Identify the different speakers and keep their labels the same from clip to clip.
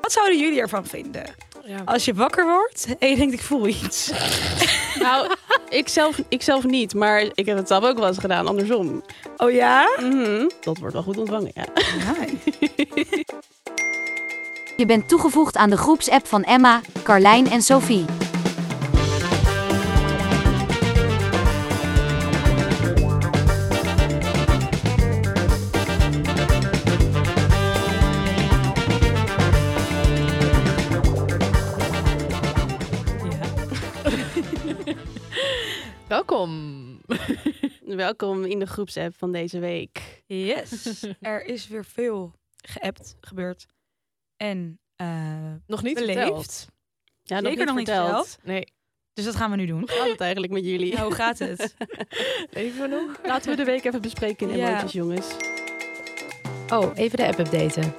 Speaker 1: Wat zouden jullie ervan vinden?
Speaker 2: Ja.
Speaker 1: Als je wakker wordt en je denkt ik voel iets.
Speaker 2: Nou, ik zelf, ik zelf niet, maar ik heb het zelf ook wel eens gedaan, andersom.
Speaker 1: Oh ja?
Speaker 2: Mhm. Dat wordt wel goed ontvangen, ja.
Speaker 3: Je bent toegevoegd aan de groepsapp van Emma, Carlijn en Sophie.
Speaker 4: Welkom.
Speaker 2: Welkom in de groepsapp van deze week.
Speaker 1: Yes. Er is weer veel geappt, gebeurd. En eh
Speaker 4: Nog niet
Speaker 1: Beleefd.
Speaker 4: verteld.
Speaker 2: Ja, nog
Speaker 1: Zeker
Speaker 2: niet
Speaker 1: nog niet
Speaker 2: verteld.
Speaker 1: verteld.
Speaker 4: Nee,
Speaker 1: Dus dat gaan we nu doen.
Speaker 2: Hoe gaat het eigenlijk met jullie?
Speaker 1: Ja, hoe gaat het?
Speaker 4: even we nog?
Speaker 2: Laten we de week even bespreken in
Speaker 1: Ja.
Speaker 2: emoties, jongens.
Speaker 4: Oh, even de app updaten.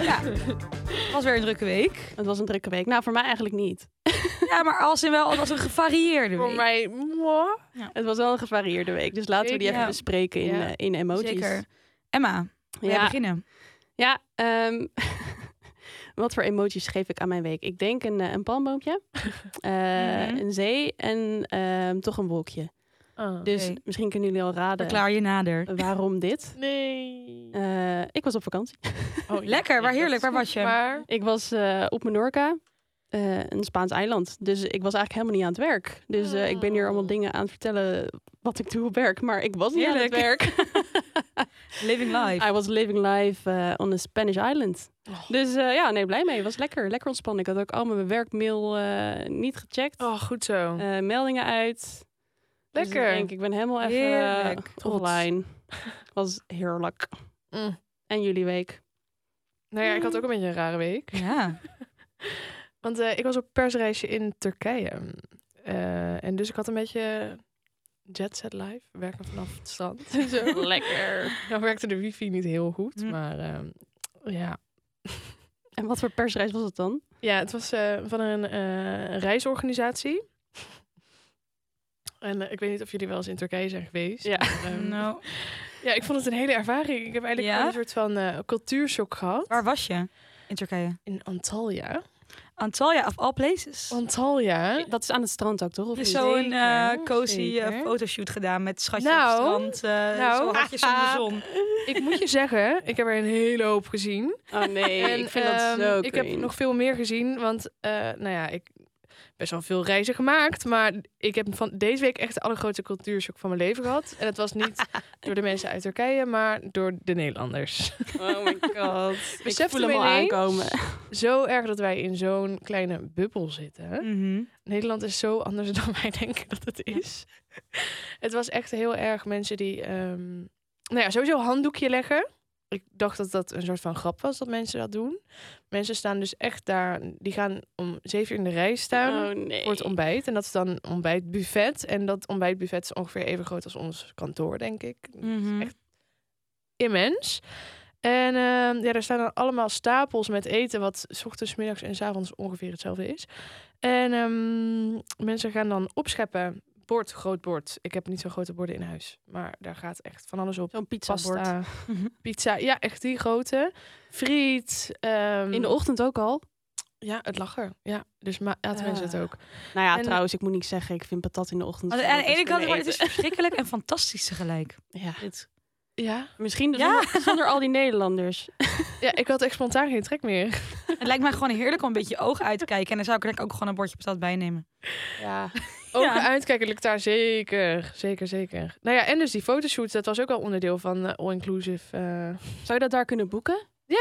Speaker 1: ja. Het was weer een drukke week.
Speaker 2: Het was een drukke week. Nou, voor mij eigenlijk niet.
Speaker 1: Ja, maar als in wel als een gevarieerde
Speaker 4: Voor
Speaker 1: week.
Speaker 4: mij, moi.
Speaker 2: Het was wel een gevarieerde week, dus laten we die
Speaker 4: Zeker.
Speaker 2: even bespreken in,
Speaker 4: Ja.
Speaker 2: eh, in emoties.
Speaker 1: Zeker. Emma, we
Speaker 2: Ja,
Speaker 1: beginnen.
Speaker 2: ja ehm, wat voor emoties geef ik aan mijn week? Ik denk een, eh, een palmboompje, eh,
Speaker 1: Mhm.
Speaker 2: een zee en ehm, toch een wolkje. Dus
Speaker 1: Oh, Oké.
Speaker 2: misschien kunnen jullie al raden
Speaker 1: Verklaar je nader.
Speaker 2: waarom dit.
Speaker 4: nee.
Speaker 2: Eh, ik was op vakantie.
Speaker 4: Oh, ja.
Speaker 1: Lekker, waar
Speaker 4: Ja,
Speaker 1: heerlijk.
Speaker 4: dat
Speaker 1: Waar
Speaker 4: is
Speaker 1: was je?
Speaker 4: goed, Maar
Speaker 2: Ik was eh, op Menorca, eh, een Spaans eiland. Dus ik was eigenlijk helemaal niet aan het werk. Dus eh, ik ben hier
Speaker 1: Ah.
Speaker 2: allemaal
Speaker 4: Oh.
Speaker 2: dingen aan het vertellen wat ik doe op werk. Maar ik was niet aan het
Speaker 1: Heerlijk.
Speaker 2: werk.
Speaker 1: Living life.
Speaker 2: I was living life eh, on a Spanish island.
Speaker 4: Oh.
Speaker 2: Dus eh, ja, nee, blij mee. Was lekker, lekker ontspannen. Ik had ook allemaal mijn werkmail eh, niet gecheckt.
Speaker 4: Oh, goed zo.
Speaker 2: Eh, meldingen uit. Dus ik
Speaker 4: Lekker.
Speaker 2: denk, ik ben helemaal even eh,
Speaker 1: Heerlijk. Trots.
Speaker 2: online. Was heerlijk.
Speaker 4: Mm.
Speaker 2: En jullie week?
Speaker 4: Nou ja, ik had ook een beetje een rare week.
Speaker 1: Ja.
Speaker 4: Want eh, ik was op persreisje in Turkije. Eh, en dus ik had een beetje jet set life. Werken vanaf het strand. Zo.
Speaker 2: Lekker.
Speaker 4: Nou werkte de wifi niet heel goed.
Speaker 1: Hm.
Speaker 4: Maar ehm, ja,
Speaker 2: En wat voor persreis was het dan?
Speaker 4: Ja, het was eh, van een eh, reisorganisatie. En eh, ik weet niet of jullie wel eens in Turkije zijn geweest.
Speaker 2: Ja.
Speaker 4: maar, ehm,
Speaker 1: Nou,
Speaker 4: ja, ik vond het een hele ervaring. Ik heb eigenlijk
Speaker 1: Ja?
Speaker 4: wel een soort van eh cultuurshock gehad.
Speaker 1: waar was je? In Turkije.
Speaker 4: In Antalya.
Speaker 1: Antalya of all places.
Speaker 4: Antalya.
Speaker 2: Eh, Dat is aan het strand ook, toch? Of
Speaker 1: Er
Speaker 4: Dus
Speaker 1: is
Speaker 2: niet?
Speaker 1: zo'n eh,
Speaker 4: Zeker,
Speaker 1: cozy eh,
Speaker 4: zeker.
Speaker 1: fotoshoot gedaan met schatje
Speaker 4: Nou,
Speaker 1: op het strand. eh
Speaker 4: nou.
Speaker 1: Zo hartjes in de zon.
Speaker 4: ik moet je zeggen, ik heb er een hele hoop gezien.
Speaker 2: Oh nee,
Speaker 4: En,
Speaker 2: ik vind dat
Speaker 4: ehm,
Speaker 2: zo
Speaker 4: Ik heb nog veel meer gezien, want eh, nou ja, ik best wel veel reizen gemaakt, maar ik heb van deze week echt de allergrootste cultuurshock van mijn leven gehad. En dat was niet door de mensen uit Turkije, maar door de Nederlanders.
Speaker 2: Oh my god. ik
Speaker 4: Besefte
Speaker 2: voel hem
Speaker 4: me
Speaker 2: al
Speaker 4: ineens-
Speaker 2: aankomen.
Speaker 4: Zo erg dat wij in zo'n kleine bubbel zitten.
Speaker 1: Mhm.
Speaker 4: Nederland is zo anders dan wij denken dat het is. Het was echt heel erg mensen die, ehm, nou ja, sowieso handdoekje leggen. Ik dacht dat dat een soort van grap was dat mensen dat doen. Mensen staan dus echt daar, die gaan om zeven uur in de rij staan
Speaker 2: Oh nee.
Speaker 4: voor het Ehm, ontbijt. En dat is dan een ontbijtbuffet. En dat ontbijtbuffet is ongeveer even groot als ons kantoor, denk ik. Dat is
Speaker 1: Mhm.
Speaker 4: echt immens. En ehm, ja, daar staan dan allemaal stapels met eten, wat 's ochtends, 's middags en 's avonds ongeveer hetzelfde is. En ehm, mensen gaan dan opscheppen. Bord, groot bord. Ik heb niet zo'n grote borden in huis. Maar daar gaat echt van alles op.
Speaker 2: Zo'n pizza bord.
Speaker 4: Pasta, Mm. Mhm. pizza. Ja, echt die grote. Friet. ehm,
Speaker 2: In de ochtend ook al.
Speaker 4: Ja, het lachen. Ja, dus ma- aten mensen het
Speaker 1: Ah.
Speaker 4: ook.
Speaker 2: Nou ja,
Speaker 4: En-
Speaker 2: trouwens, ik moet niet zeggen, ik vind patat in de ochtend.
Speaker 1: Aan de, aan de
Speaker 2: fantastisch
Speaker 1: ene kant,
Speaker 2: kunnen
Speaker 1: maar het is
Speaker 2: eten.
Speaker 1: verschrikkelijk en fantastisch tegelijk.
Speaker 2: Ja.
Speaker 1: Dit.
Speaker 4: Ja.
Speaker 2: Misschien
Speaker 1: Ja.
Speaker 2: zonder, zonder al die Nederlanders.
Speaker 4: Ja, ik had echt spontaan geen trek meer.
Speaker 1: Het lijkt mij gewoon heerlijk om een beetje je ogen uit te kijken. En dan zou ik er denk ik ook gewoon een bordje patat bij nemen.
Speaker 2: Ja.
Speaker 4: Ook
Speaker 1: Ja.
Speaker 4: uitkijken lukt daar zeker. Zeker, zeker. Nou ja, en dus die fotoshoot, dat was ook wel onderdeel van eh, All Inclusive. eh.
Speaker 2: Zou je dat daar kunnen boeken?
Speaker 4: ja,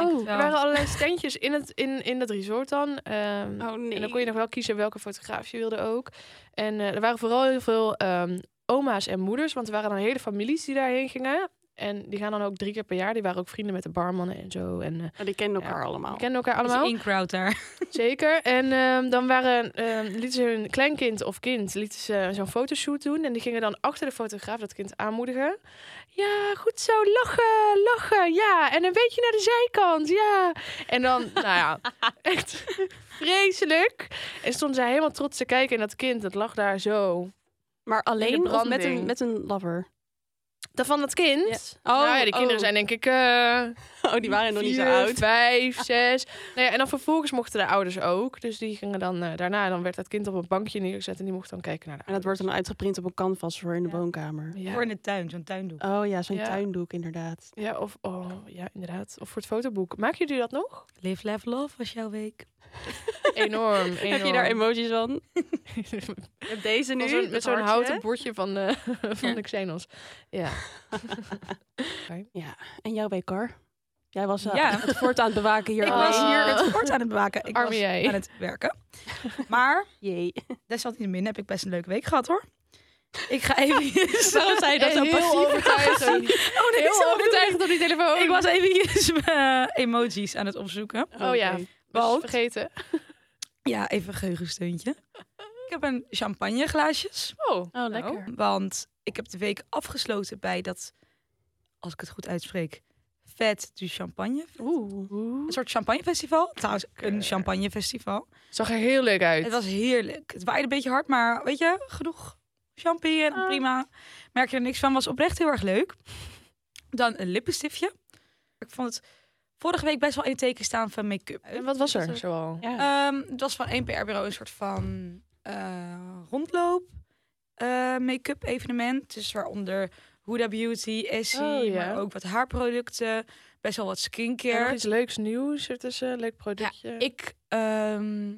Speaker 1: Oh.
Speaker 4: er waren allerlei standjes in, het, in, in dat resort dan. ehm,
Speaker 2: Oh nee.
Speaker 4: En dan kon je nog wel kiezen welke fotograaf je wilde ook. En eh, er waren vooral heel veel ehm, oma's en moeders, want er waren dan hele families die daarheen gingen. En die gaan dan ook drie keer per jaar. Die waren ook vrienden met de barmannen en zo. En eh,
Speaker 2: Oh, die kennen elkaar
Speaker 4: Ja.
Speaker 2: allemaal.
Speaker 4: die kennen elkaar
Speaker 1: Dus
Speaker 4: allemaal.
Speaker 1: in crowd daar.
Speaker 4: Zeker. En ehm, dan waren, ehm, lieten ze hun kleinkind of kind lieten ze eh, zo'n fotoshoot doen. En die gingen dan achter de fotograaf dat kind aanmoedigen. Ja, goed zo. Lachen, lachen. Ja. En een beetje naar de zijkant. Ja. En dan, nou ja, echt vreselijk. En stonden zij helemaal trots te kijken. En dat kind, dat lag daar zo.
Speaker 2: Maar alleen of met
Speaker 4: branding.
Speaker 2: een, met een lover?
Speaker 4: Dat van dat kind.
Speaker 2: Ja. Oh,
Speaker 4: nou ja, die kinderen
Speaker 2: oh.
Speaker 4: zijn denk ik eh
Speaker 2: Oh, die waren nog niet zo
Speaker 4: vier,
Speaker 2: oud.
Speaker 4: vijf, zes. Nou ja, en dan vervolgens mochten de ouders ook. Dus die gingen dan eh, daarna. En dan werd dat kind op een bankje neergezet en die mocht dan kijken naar de
Speaker 2: En dat wordt dan uitgeprint op een canvas voor in de
Speaker 1: Ja.
Speaker 2: woonkamer.
Speaker 4: ouders.
Speaker 1: Voor
Speaker 4: Ja.
Speaker 1: in de tuin, zo'n tuindoek.
Speaker 2: Oh ja, zo'n
Speaker 4: Ja.
Speaker 2: tuindoek inderdaad.
Speaker 4: Ja, of, oh, ja, inderdaad. Of voor het fotoboek. Maken jullie dat nog?
Speaker 1: Live, laugh, love was jouw week.
Speaker 4: Enorm, enorm.
Speaker 2: Heb je daar emoties van? deze
Speaker 4: Van zo'n- met zo'n houten bordje van, eh van de Xenos. Ja.
Speaker 2: Ja, en jou bij Car? Jij was eh,
Speaker 1: Ja.
Speaker 2: het fort aan het bewaken hier.
Speaker 1: Ik
Speaker 2: al.
Speaker 1: was
Speaker 4: Oh.
Speaker 1: hier het fort aan het bewaken. Ik
Speaker 4: Arme
Speaker 1: was
Speaker 4: jij.
Speaker 1: aan het werken. Maar
Speaker 2: Jee.
Speaker 1: desalniettemin heb ik best een leuke week gehad hoor. Ik ga even.
Speaker 4: Waarom zei je dat zo
Speaker 1: Heel
Speaker 4: passief?
Speaker 1: overtuigd.
Speaker 4: Zo-
Speaker 1: Oh nee,
Speaker 4: Heel
Speaker 1: zo
Speaker 4: overtuigd op die telefoon.
Speaker 1: Ik was even mijn emojis aan het opzoeken.
Speaker 4: Oh ja.
Speaker 2: Oké.
Speaker 1: Wout.
Speaker 4: vergeten.
Speaker 1: Ja, even geheugensteuntje. Ik heb een champagneglaasjes.
Speaker 4: Oh,
Speaker 2: Oh, lekker.
Speaker 1: Want ik heb de week afgesloten bij dat, als ik het goed uitspreek, Vet du Champagne.
Speaker 2: Oeh.
Speaker 1: Een soort champagnefestival. Trouwens, een
Speaker 4: Lekker.
Speaker 1: champagnefestival.
Speaker 4: Zag er heel leuk uit.
Speaker 1: Het was heerlijk. Het waaide een beetje hard, maar weet je, genoeg champagne en
Speaker 4: Ah.
Speaker 1: prima. Merk je er niks van. Was oprecht heel erg leuk. Dan een lippenstiftje. Ik vond het vorige week best wel in het teken staan van make-up.
Speaker 4: En wat was er zoal?
Speaker 2: Ja.
Speaker 1: Ehm, het was van één PR-bureau een soort van eh, rondloop eh, make-up evenement. Dus waaronder Huda Beauty, Essie,
Speaker 4: Oh, ja.
Speaker 1: maar ook wat haarproducten. Best wel wat
Speaker 4: En nog
Speaker 1: skincare.
Speaker 4: iets leuks nieuws ertussen, een leuk productje.
Speaker 1: Ik ehm,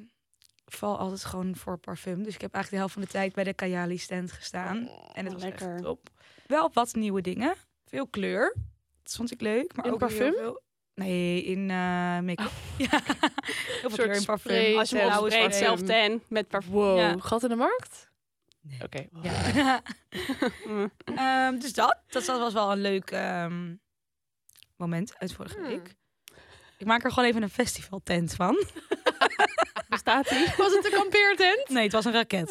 Speaker 1: val altijd gewoon voor parfum. Dus ik heb eigenlijk de helft van de tijd bij de Kayali stand gestaan.
Speaker 4: Oh,
Speaker 1: En het was
Speaker 2: lekker.
Speaker 1: echt top. Wel wat nieuwe dingen. Veel kleur. Dat vond ik leuk. Maar
Speaker 4: In
Speaker 1: ook heel
Speaker 4: parfum? Oh.
Speaker 1: veel- Nee, in eh, make-up. Ja. Heel veel
Speaker 4: soort
Speaker 1: kleur in parfum.
Speaker 4: spray,
Speaker 2: Als je hem
Speaker 4: zelf-
Speaker 1: blauwe
Speaker 2: opspreekt,
Speaker 1: zwarte-
Speaker 2: zelf ten met parfum.
Speaker 4: Wow,
Speaker 1: Ja.
Speaker 4: gat in de markt?
Speaker 1: Nee.
Speaker 4: Oké.
Speaker 1: Ja.
Speaker 2: Mm.
Speaker 1: Ehm, dus dat, dat, dat was wel een leuk ehm, moment uit vorige
Speaker 4: Hmm.
Speaker 1: week. Ik maak er gewoon even een festivaltent van.
Speaker 2: Bestaat die?
Speaker 4: Was het een kampeertent?
Speaker 1: Nee, het was een raket.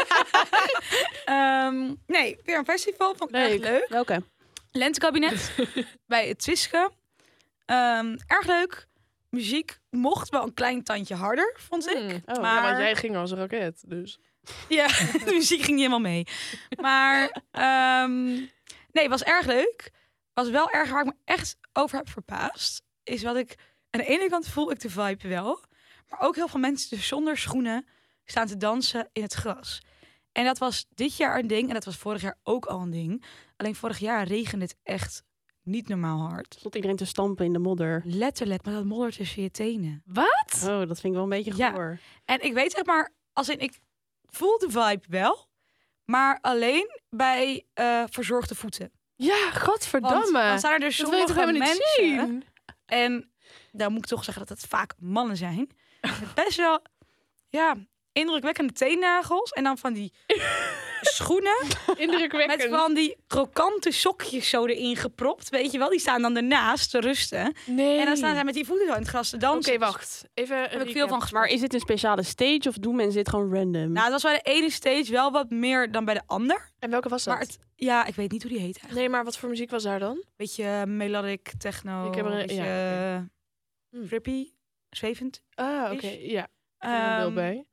Speaker 1: Ehm, nee, weer een festival. Vond ik erg leuk.
Speaker 2: Welke?
Speaker 1: Lentekabinet bij het Twiske. Ehm, erg leuk. Muziek mocht wel een klein tandje harder, vond ik.
Speaker 2: Oh,
Speaker 1: maar-
Speaker 4: Ja, want jij ging als een raket, dus.
Speaker 1: Ja, de muziek ging niet helemaal mee. Maar ehm, nee, was erg leuk. Was wel erg waar ik me echt over heb verbaasd. Is wat ik aan de ene kant voel ik de vibe wel. Maar ook heel veel mensen dus zonder schoenen staan te dansen in het gras. En dat was dit jaar een ding en dat was vorig jaar ook al een ding. Alleen vorig jaar regende het echt niet normaal hard.
Speaker 2: Stond iedereen te stampen in de modder.
Speaker 1: Letterlijk, maar dat moddert tussen je tenen.
Speaker 2: Oh, dat vind ik wel een beetje
Speaker 1: Ja.
Speaker 2: goor.
Speaker 1: En ik weet zeg maar, als in ik voel de vibe wel, maar alleen bij eh, verzorgde voeten.
Speaker 4: Ja,
Speaker 1: Want dan
Speaker 4: godverdamme.
Speaker 1: staan er dus
Speaker 4: Dat wil je toch
Speaker 1: sommige
Speaker 4: helemaal niet
Speaker 1: mensen.
Speaker 4: zien?
Speaker 1: En dan moet ik toch zeggen dat het vaak mannen zijn. met Best wel, ja, indrukwekkende teennagels en dan van die schoenen met
Speaker 4: Indrukwekkend.
Speaker 1: van die krokante sokjes zo erin gepropt, weet je wel? Die staan dan ernaast te rusten.
Speaker 4: Nee.
Speaker 1: En dan staan zij met die voeten zo in het gras te
Speaker 4: Oké,
Speaker 1: dansen.
Speaker 4: wacht. Even
Speaker 1: Daar heb ik veel van gesproken.
Speaker 2: Maar is dit een speciale stage of doen mensen dit gewoon random?
Speaker 1: Nou, het was bij de ene stage wel wat meer dan bij de ander.
Speaker 4: En welke was dat?
Speaker 1: Maar het, ja, ik weet niet hoe die heet eigenlijk.
Speaker 4: Nee, maar wat voor muziek was daar dan?
Speaker 1: Beetje eh, melodic, techno,
Speaker 4: Ik heb er een-
Speaker 1: beetje
Speaker 4: ja,
Speaker 1: eh,
Speaker 4: Hmm.
Speaker 1: trippy, zwevend.
Speaker 4: Ah, oké.
Speaker 1: Is-
Speaker 4: Ja, ik heb er een
Speaker 1: Ehm,
Speaker 4: beeld bij.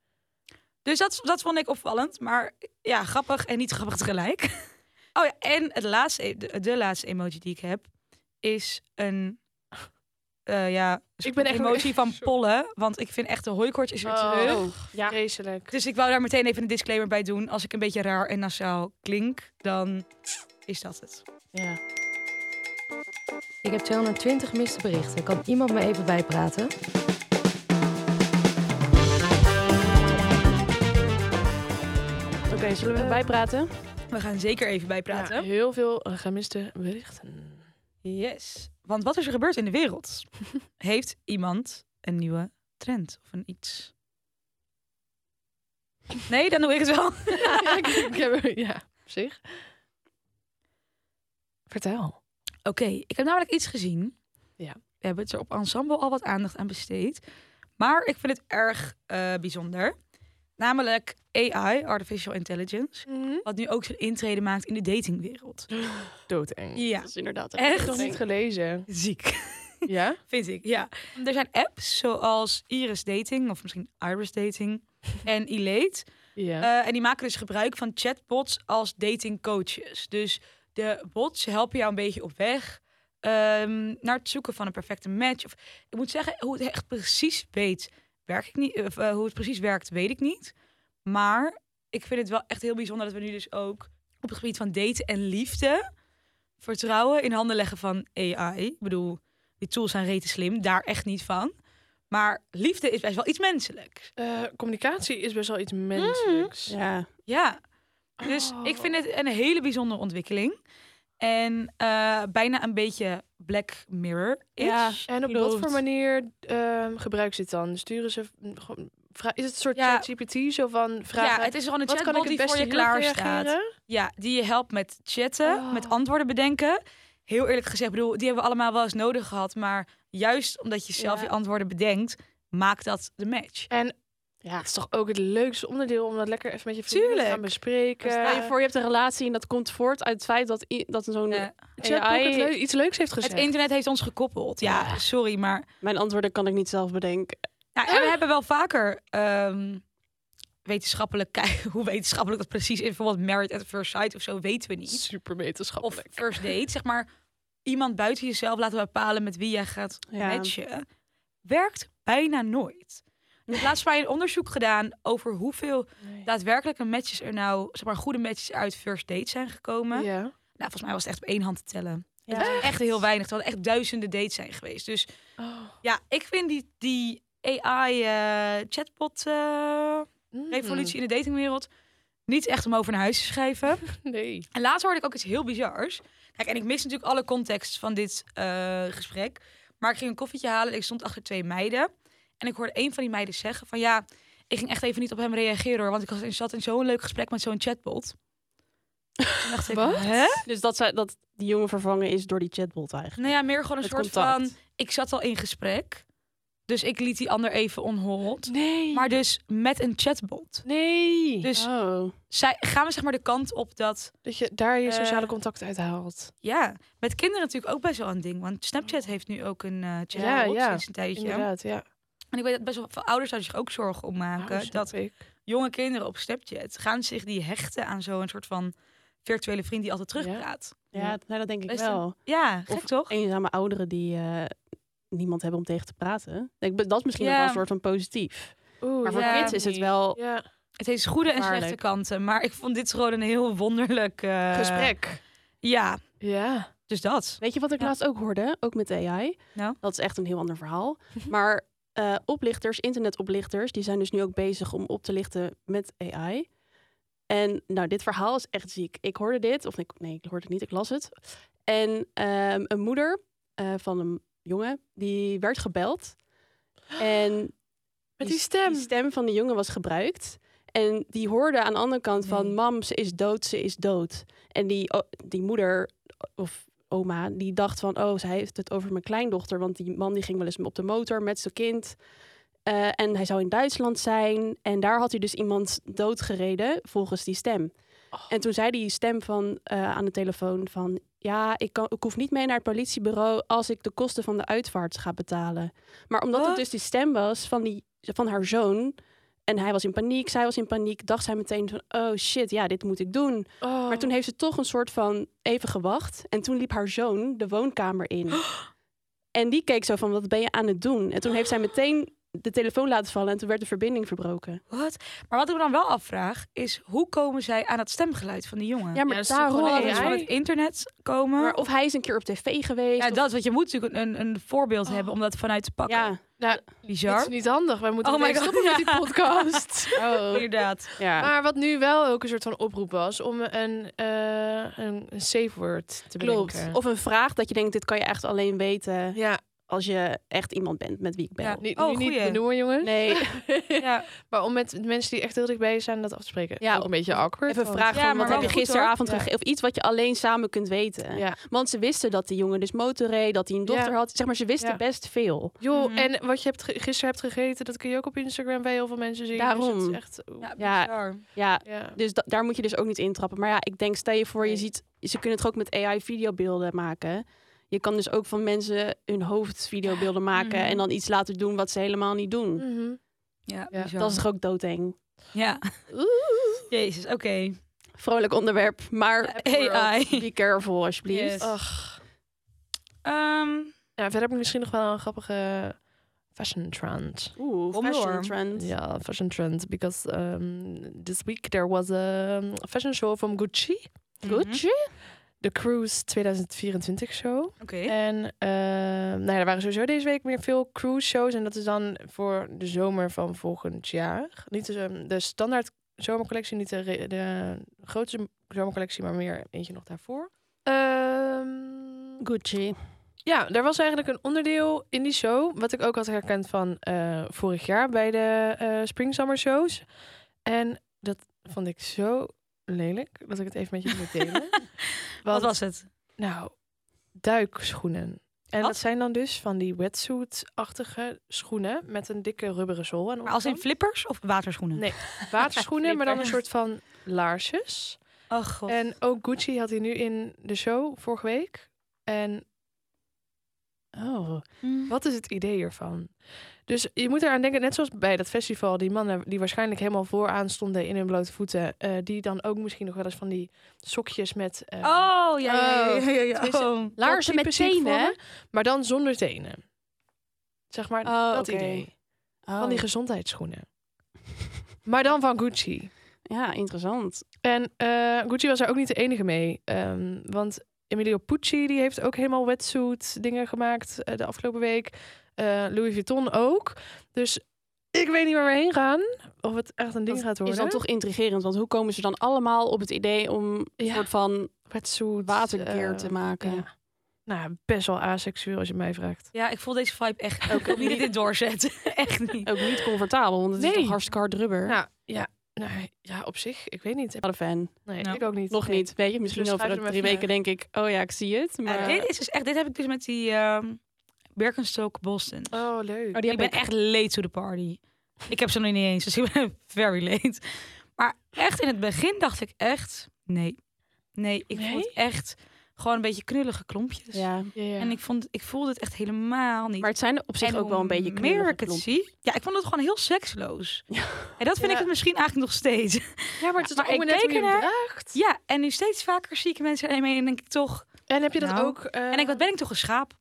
Speaker 1: Dus dat, dat vond ik opvallend. Maar ja, grappig en niet grappig tegelijk. Oh ja, en het laatste, e- de, de laatste emoji die ik heb is een... eh, ja,
Speaker 4: Ik ben echt-
Speaker 1: emotie van pollen. Want ik vind echt de hooikort is weer
Speaker 4: Oh.
Speaker 1: terug.
Speaker 2: ja.
Speaker 4: Vreselijk.
Speaker 1: Dus ik wou daar meteen even een disclaimer bij doen. Als ik een beetje raar en nasaal klink, dan is dat het.
Speaker 2: ja.
Speaker 5: Ik heb 220 miste berichten. Kan iemand me even bijpraten?
Speaker 2: Oké, zullen we bijpraten?
Speaker 1: We gaan zeker even bijpraten.
Speaker 4: Ja, heel veel eh, gemiste berichten.
Speaker 1: Yes. Want wat is er gebeurd in de wereld? Heeft iemand een nieuwe trend of een iets? Nee, dan doe ik het wel.
Speaker 4: ja, ik, ik heb er- ja, op zich. Vertel.
Speaker 1: Oké, ik heb namelijk iets gezien.
Speaker 4: Ja.
Speaker 1: We hebben het er op Ensemble al wat aandacht aan besteed. Maar ik vind het erg eh, bijzonder. Namelijk AI, Artificial Intelligence.
Speaker 4: Mhm.
Speaker 1: Wat nu ook zijn intrede maakt in de datingwereld.
Speaker 4: Doodeng.
Speaker 1: Ja,
Speaker 2: Dat is inderdaad
Speaker 1: Echt?
Speaker 4: Nog niet gelezen.
Speaker 1: ziek.
Speaker 4: Ja?
Speaker 1: Vind ik, ja. Er zijn apps zoals Iris Dating, of misschien Iris Dating. En Elate.
Speaker 4: Ja.
Speaker 1: Eh, en die maken dus gebruik van chatbots als datingcoaches. Dus de bots helpen jou een beetje op weg ehm, naar het zoeken van een perfecte match. Of, ik moet zeggen, hoe het echt precies weet, werk ik niet, of, eh, hoe het precies werkt, weet ik niet. Maar ik vind het wel echt heel bijzonder dat we nu dus ook op het gebied van daten en liefde vertrouwen in handen leggen van AI. Ik bedoel, die tools zijn rete slim, daar echt niet van. Maar liefde is best wel iets menselijks.
Speaker 4: Eh, communicatie is best wel iets menselijks.
Speaker 2: Ja.
Speaker 1: Hmm. Ja. Dus ik vind het een hele bijzondere ontwikkeling. En eh, bijna een beetje Black Mirror.
Speaker 2: Ja.
Speaker 4: En op wat
Speaker 2: Klopt.
Speaker 4: voor manier ehm gebruiken ze het dan? Sturen ze... mm, gewoon vra- Is het een soort
Speaker 1: Ja.
Speaker 4: ChatGPT zo van... Vraag
Speaker 1: ja,
Speaker 4: uit,
Speaker 1: het is gewoon een
Speaker 4: wat kan ik
Speaker 1: chatbot
Speaker 4: het
Speaker 1: die voor je
Speaker 4: beste hierop
Speaker 1: klaar staat.
Speaker 4: reageren?
Speaker 1: Ja, die je helpt met chatten,
Speaker 4: Oh.
Speaker 1: met antwoorden bedenken. Heel eerlijk gezegd, bedoel, die hebben we allemaal wel eens nodig gehad. Maar juist omdat je zelf
Speaker 4: Ja.
Speaker 1: je antwoorden bedenkt, maakt dat de match.
Speaker 4: Dat is toch ook het leukste onderdeel om dat lekker even met je vrienden te
Speaker 1: Tuurlijk.
Speaker 4: gaan bespreken.
Speaker 2: Stel je voor, je hebt een relatie en dat komt voort uit het feit dat, i- dat zo'n...
Speaker 1: Ja.
Speaker 4: Chatbot
Speaker 2: AI
Speaker 4: het leu- iets leuks heeft gezegd.
Speaker 1: Het internet heeft ons gekoppeld. Ja, sorry, maar
Speaker 2: Mijn antwoorden kan ik niet zelf bedenken.
Speaker 1: Nou, en we hebben wel vaker ehm, wetenschappelijk kijken hoe wetenschappelijk dat precies is. Bijvoorbeeld married at first sight of zo weten we niet.
Speaker 4: Super
Speaker 1: Of
Speaker 4: wetenschappelijk.
Speaker 1: first date, zeg maar. Iemand buiten jezelf laten bepalen met wie jij gaat
Speaker 2: Ja.
Speaker 1: matchen. Werkt bijna nooit. Ik heb laatst bij een onderzoek gedaan over hoeveel daadwerkelijke matches er nou, zeg maar, goede matches uit first date zijn gekomen.
Speaker 4: ja.
Speaker 1: Nou, volgens mij was het echt op één hand te tellen.
Speaker 2: Ja.
Speaker 1: Het is echt heel weinig, terwijl er echt duizenden dates zijn geweest. Dus
Speaker 4: Oh.
Speaker 1: ja, ik vind die, die eh, AI-chatbot-revolutie
Speaker 4: Mm.
Speaker 1: eh, in de datingwereld niet echt om over naar huis te schrijven.
Speaker 4: Nee.
Speaker 1: En laatst hoorde ik ook iets heel bizars. Kijk, en ik mis natuurlijk alle context van dit eh, gesprek. Maar ik ging een koffietje halen en ik stond achter twee meiden. En ik hoorde een van die meiden zeggen van ja, ik ging echt even niet op hem reageren hoor. Want ik was in, zat in zo'n leuk gesprek met zo'n chatbot. Toen dacht ik,
Speaker 4: Wat?
Speaker 1: hè?
Speaker 2: Dus dat, zij, dat die jongen vervangen is door die chatbot eigenlijk.
Speaker 1: Nou ja, meer gewoon een
Speaker 2: Het
Speaker 1: soort
Speaker 2: contact.
Speaker 1: van, ik zat al in gesprek. Dus ik liet die ander even onhold.
Speaker 4: Nee.
Speaker 1: Maar dus met een chatbot.
Speaker 4: nee.
Speaker 1: Dus
Speaker 2: Oh.
Speaker 1: zij, gaan we zeg maar de kant op dat...
Speaker 4: dat je daar je
Speaker 1: Eh.
Speaker 4: sociale contact uit haalt.
Speaker 1: Ja, met kinderen natuurlijk ook best wel een ding. Want Snapchat heeft nu ook een eh chatbot
Speaker 4: Ja, ja.
Speaker 1: sinds een tijdje.
Speaker 4: Inderdaad, ja.
Speaker 1: En ik weet dat best wel veel ouders daar zich ook zorgen om maken.
Speaker 4: Oh, snap
Speaker 1: dat
Speaker 4: ik.
Speaker 1: jonge kinderen op Snapchat gaan zich die hechten aan zo'n soort van virtuele vriend die altijd
Speaker 4: Ja.
Speaker 1: terugpraat.
Speaker 2: Ja, nou, dat denk ik
Speaker 1: Best
Speaker 2: wel.
Speaker 1: Ja, gek
Speaker 2: Of
Speaker 1: toch?
Speaker 2: Eenzame ouderen die eh, niemand hebben om tegen te praten. Ik be- Dat is misschien ook
Speaker 1: Ja.
Speaker 2: wel een soort van positief.
Speaker 4: Oeh,
Speaker 2: Maar voor
Speaker 1: ja.
Speaker 2: kids is het wel...
Speaker 4: Ja.
Speaker 1: Het heeft goede en slechte
Speaker 2: Gevaarlijk.
Speaker 1: kanten. Maar ik vond dit gewoon een heel wonderlijk... eh,
Speaker 4: Gesprek.
Speaker 1: Ja,
Speaker 4: Ja.
Speaker 1: dus dat.
Speaker 2: Weet je wat ik
Speaker 1: Ja.
Speaker 2: laatst ook hoorde? Ook met AI.
Speaker 1: Nou? Mhm.
Speaker 2: Dat is echt een heel ander verhaal. Maar eh, oplichters, internetoplichters, die zijn dus nu ook bezig om op te lichten met AI. En nou, dit verhaal is echt ziek. Ik hoorde dit, of ik, nee, ik hoorde het niet, ik las het. En ehm, een moeder eh, van een jongen, die werd gebeld. En
Speaker 4: Met die stem.
Speaker 2: die stem van de jongen was gebruikt. En die hoorde aan de andere kant
Speaker 1: Nee.
Speaker 2: van... Mam, ze is dood, ze is dood. En die, o- die moeder of oma, die dacht van... Oh, zij heeft het over mijn kleindochter. Want die man die ging wel eens op de motor met zijn kind. Eh, en hij zou in Duitsland zijn. En daar had hij dus iemand doodgereden volgens die stem.
Speaker 4: Oh.
Speaker 2: En toen zei die stem van, eh, aan de telefoon van... Ja, ik, kan, ik hoef niet mee naar het politiebureau als ik de kosten van de uitvaart ga betalen. Maar omdat
Speaker 1: Wat?
Speaker 2: het dus die stem was van, die, van haar zoon... en hij was in paniek, zij was in paniek... dacht zij meteen van, oh shit, ja, dit moet ik doen.
Speaker 4: Oh.
Speaker 2: Maar toen heeft ze toch een soort van even gewacht. En toen liep haar zoon de woonkamer in. En die keek zo van, wat ben je aan het doen? En toen heeft zij meteen de telefoon laten vallen... en toen werd de verbinding verbroken.
Speaker 1: Wat? Maar wat ik me dan wel afvraag, is hoe komen zij aan dat stemgeluid van die jongen?
Speaker 2: Ja, maar
Speaker 4: dat is toch
Speaker 2: daarom...
Speaker 4: gewoon
Speaker 1: Kan dat
Speaker 4: AI?
Speaker 1: dus van het internet komen?
Speaker 2: Maar of hij is een keer op tv geweest.
Speaker 1: ja,
Speaker 2: of-
Speaker 1: dat, want je moet natuurlijk een, een voorbeeld
Speaker 4: Oh.
Speaker 1: hebben om dat vanuit te pakken.
Speaker 2: ja.
Speaker 4: Nou, dit
Speaker 1: Bizar.
Speaker 4: is niet handig. Wij moeten
Speaker 1: Oh my
Speaker 4: meteen
Speaker 1: God,
Speaker 4: stoppen met
Speaker 1: ja. Oh,
Speaker 4: die podcast.
Speaker 1: Inderdaad.
Speaker 2: ja.
Speaker 4: Maar wat nu wel ook een soort van oproep was om een, eh, een, een safe word te
Speaker 2: Klopt.
Speaker 4: bedenken.
Speaker 2: Of een vraag dat je denkt, dit kan je echt alleen weten
Speaker 4: ja,
Speaker 2: als je echt iemand bent met wie ik bel.
Speaker 1: Ja.
Speaker 4: niet,
Speaker 1: Oh,
Speaker 4: nu niet
Speaker 1: goeie.
Speaker 4: benoemen, jongens.
Speaker 2: Nee,
Speaker 1: Ja.
Speaker 4: Maar om met mensen die echt heel dicht bij je zijn dat af te spreken.
Speaker 2: Ja,
Speaker 4: ook een beetje awkward.
Speaker 2: even
Speaker 4: want-
Speaker 2: vragen,
Speaker 1: Ja,
Speaker 2: van,
Speaker 1: maar
Speaker 2: wat
Speaker 1: wel
Speaker 2: heb je
Speaker 1: goed, hoor.
Speaker 2: gisteravond
Speaker 4: Ja.
Speaker 2: gegeten? Of iets wat je alleen samen kunt weten.
Speaker 4: Ja.
Speaker 2: Want ze wisten dat die jongen dus motor reed, dat hij een dochter
Speaker 4: Ja.
Speaker 2: had. Zeg maar, ze wisten
Speaker 4: Ja.
Speaker 2: best veel.
Speaker 4: Joh,
Speaker 1: Mhm.
Speaker 4: en wat je hebt ge- gisteren hebt gegeten, dat kun je ook op Instagram bij heel veel mensen zien. Dus
Speaker 2: Daarom.
Speaker 4: het is echt... Ja.
Speaker 2: Ja.
Speaker 1: bizar.
Speaker 2: Ja,
Speaker 4: ja.
Speaker 2: dus da- daar moet je dus ook niet intrappen. Maar ja, ik denk, stel je voor, je
Speaker 4: Nee.
Speaker 2: ziet, ze kunnen toch ook met AI videobeelden maken. Je kan dus ook van mensen hun hoofd videobeelden maken
Speaker 1: Mhm.
Speaker 2: en dan iets laten doen wat ze helemaal niet doen.
Speaker 4: Mhm.
Speaker 1: Ja,
Speaker 4: Ja,
Speaker 1: bizar.
Speaker 2: Dat is toch ook doodeng.
Speaker 1: Ja. Jezus, oké.
Speaker 2: Vrolijk onderwerp, maar
Speaker 1: AI.
Speaker 2: be careful alsjeblieft.
Speaker 1: Yes.
Speaker 4: Ach.
Speaker 1: Ehm,
Speaker 4: Ja, verder heb ik misschien nog wel een grappige fashion trend.
Speaker 2: Oeh,
Speaker 1: Kom
Speaker 2: fashion
Speaker 1: door.
Speaker 2: trend.
Speaker 4: Ja, fashion trend. Because um, this week there was a fashion show from Gucci.
Speaker 1: mhm.
Speaker 4: De Cruise 2024 show.
Speaker 1: Oké.
Speaker 4: En ehm, nou ja, er waren sowieso deze week meer veel cruise shows. En dat is dan voor de zomer van volgend jaar. Niet de, zom- de standaard zomercollectie, niet de, re- de grote zomercollectie, maar meer eentje nog daarvoor. Ehm,
Speaker 2: Gucci.
Speaker 4: ja, er was eigenlijk een onderdeel in die show, wat ik ook had herkend van eh, vorig jaar bij de eh Spring Summer Shows. En dat vond ik zo lelijk dat ik het even met je moet delen.
Speaker 1: Wat
Speaker 4: Want-
Speaker 1: was het?
Speaker 4: nou, duikschoenen. En
Speaker 1: Wat?
Speaker 4: dat zijn dan dus van die wetsuit-achtige schoenen met een dikke rubberen zool. En
Speaker 1: Maar als in flippers of waterschoenen?
Speaker 4: Nee. waterschoenen, maar dan een
Speaker 1: Flipper.
Speaker 4: soort van laarsjes.
Speaker 1: Ach god.
Speaker 4: En ook Gucci had hij nu in de show vorige week. En oh,
Speaker 1: Mm.
Speaker 4: wat is het idee hiervan? Dus je moet eraan denken, net zoals bij dat festival, die mannen die waarschijnlijk helemaal vooraan stonden in hun blote voeten, eh, die dan ook misschien nog wel eens van die sokjes met eh,
Speaker 1: Oh, ja, ja, ja,
Speaker 4: Oh.
Speaker 1: ja, ja, ja.
Speaker 4: Tenminste,
Speaker 1: Oh.
Speaker 4: dat
Speaker 2: Laarzen
Speaker 4: type
Speaker 2: met
Speaker 4: zie ik voor
Speaker 2: tenen, hè?
Speaker 4: me, Maar dan zonder tenen. Zeg maar
Speaker 2: Oh,
Speaker 4: dat
Speaker 2: oké.
Speaker 4: idee.
Speaker 2: Oh.
Speaker 4: Van die gezondheidsschoenen. maar dan van Gucci.
Speaker 2: ja, interessant.
Speaker 4: En eh, Gucci was daar ook niet de enige mee. Ehm, want Emilio Pucci die heeft ook helemaal wetsuit dingen gemaakt eh, de afgelopen week. Eh, Louis Vuitton ook. Dus ik weet niet waar we heen gaan. Of het echt een ding
Speaker 2: Dat
Speaker 4: gaat worden.
Speaker 2: Is dan toch intrigerend, want hoe komen ze dan allemaal op het idee om een
Speaker 4: Ja.
Speaker 2: soort van
Speaker 4: wetsuit.
Speaker 2: waterkeer
Speaker 4: eh,
Speaker 2: te maken?
Speaker 4: ja. Nou, best wel asexueel als je mij vraagt.
Speaker 1: Ja, ik voel deze vibe echt. niet. Ik wil niet dat dit doorzet. echt niet.
Speaker 2: Ook niet comfortabel, want het is
Speaker 4: Nee.
Speaker 2: toch hartstikke hard rubber.
Speaker 4: Nou, ja. Nou, ja, op zich. Ik weet niet.
Speaker 2: Wat een fan.
Speaker 4: Nee,
Speaker 1: Nou,
Speaker 4: ik ook niet.
Speaker 2: Nog
Speaker 4: Nee.
Speaker 2: niet, weet je. Misschien
Speaker 4: Dus schrijf
Speaker 2: over
Speaker 4: hem
Speaker 2: drie
Speaker 4: even,
Speaker 2: weken denk ik, oh ja, ik zie het. Maar...
Speaker 1: Ja, dit, is dus echt, dit heb ik dus met die ehm Birkenstock Boston.
Speaker 4: Oh, leuk.
Speaker 1: ik ben echt late to the party. Ik heb ze nog niet eens, dus ik ben very late. Maar echt in het begin dacht ik echt, nee. Nee, ik
Speaker 4: Nee?
Speaker 1: vond het echt gewoon een beetje knullige klompjes.
Speaker 2: Ja.
Speaker 1: En ik, vond, ik voelde het echt helemaal niet.
Speaker 2: Maar het zijn op zich
Speaker 1: En
Speaker 2: ook wel een
Speaker 1: hoe
Speaker 2: beetje
Speaker 1: meer
Speaker 2: knullige
Speaker 1: ik het
Speaker 2: klompen.
Speaker 1: zie. Ja, ik vond het gewoon heel seksloos.
Speaker 2: Ja.
Speaker 1: En dat vind
Speaker 4: Ja.
Speaker 1: ik het misschien eigenlijk nog steeds.
Speaker 4: ja, maar het is
Speaker 1: maar
Speaker 4: ook maar
Speaker 1: ik
Speaker 4: net
Speaker 1: keek
Speaker 4: hoe je hem
Speaker 1: ernaar.
Speaker 4: draagt.
Speaker 1: Ja, en nu steeds vaker zie ik mensen ermee en denk ik toch...
Speaker 4: En heb je dat
Speaker 1: Nou.
Speaker 4: ook... eh,
Speaker 1: En ik, wat ben ik toch een schaap?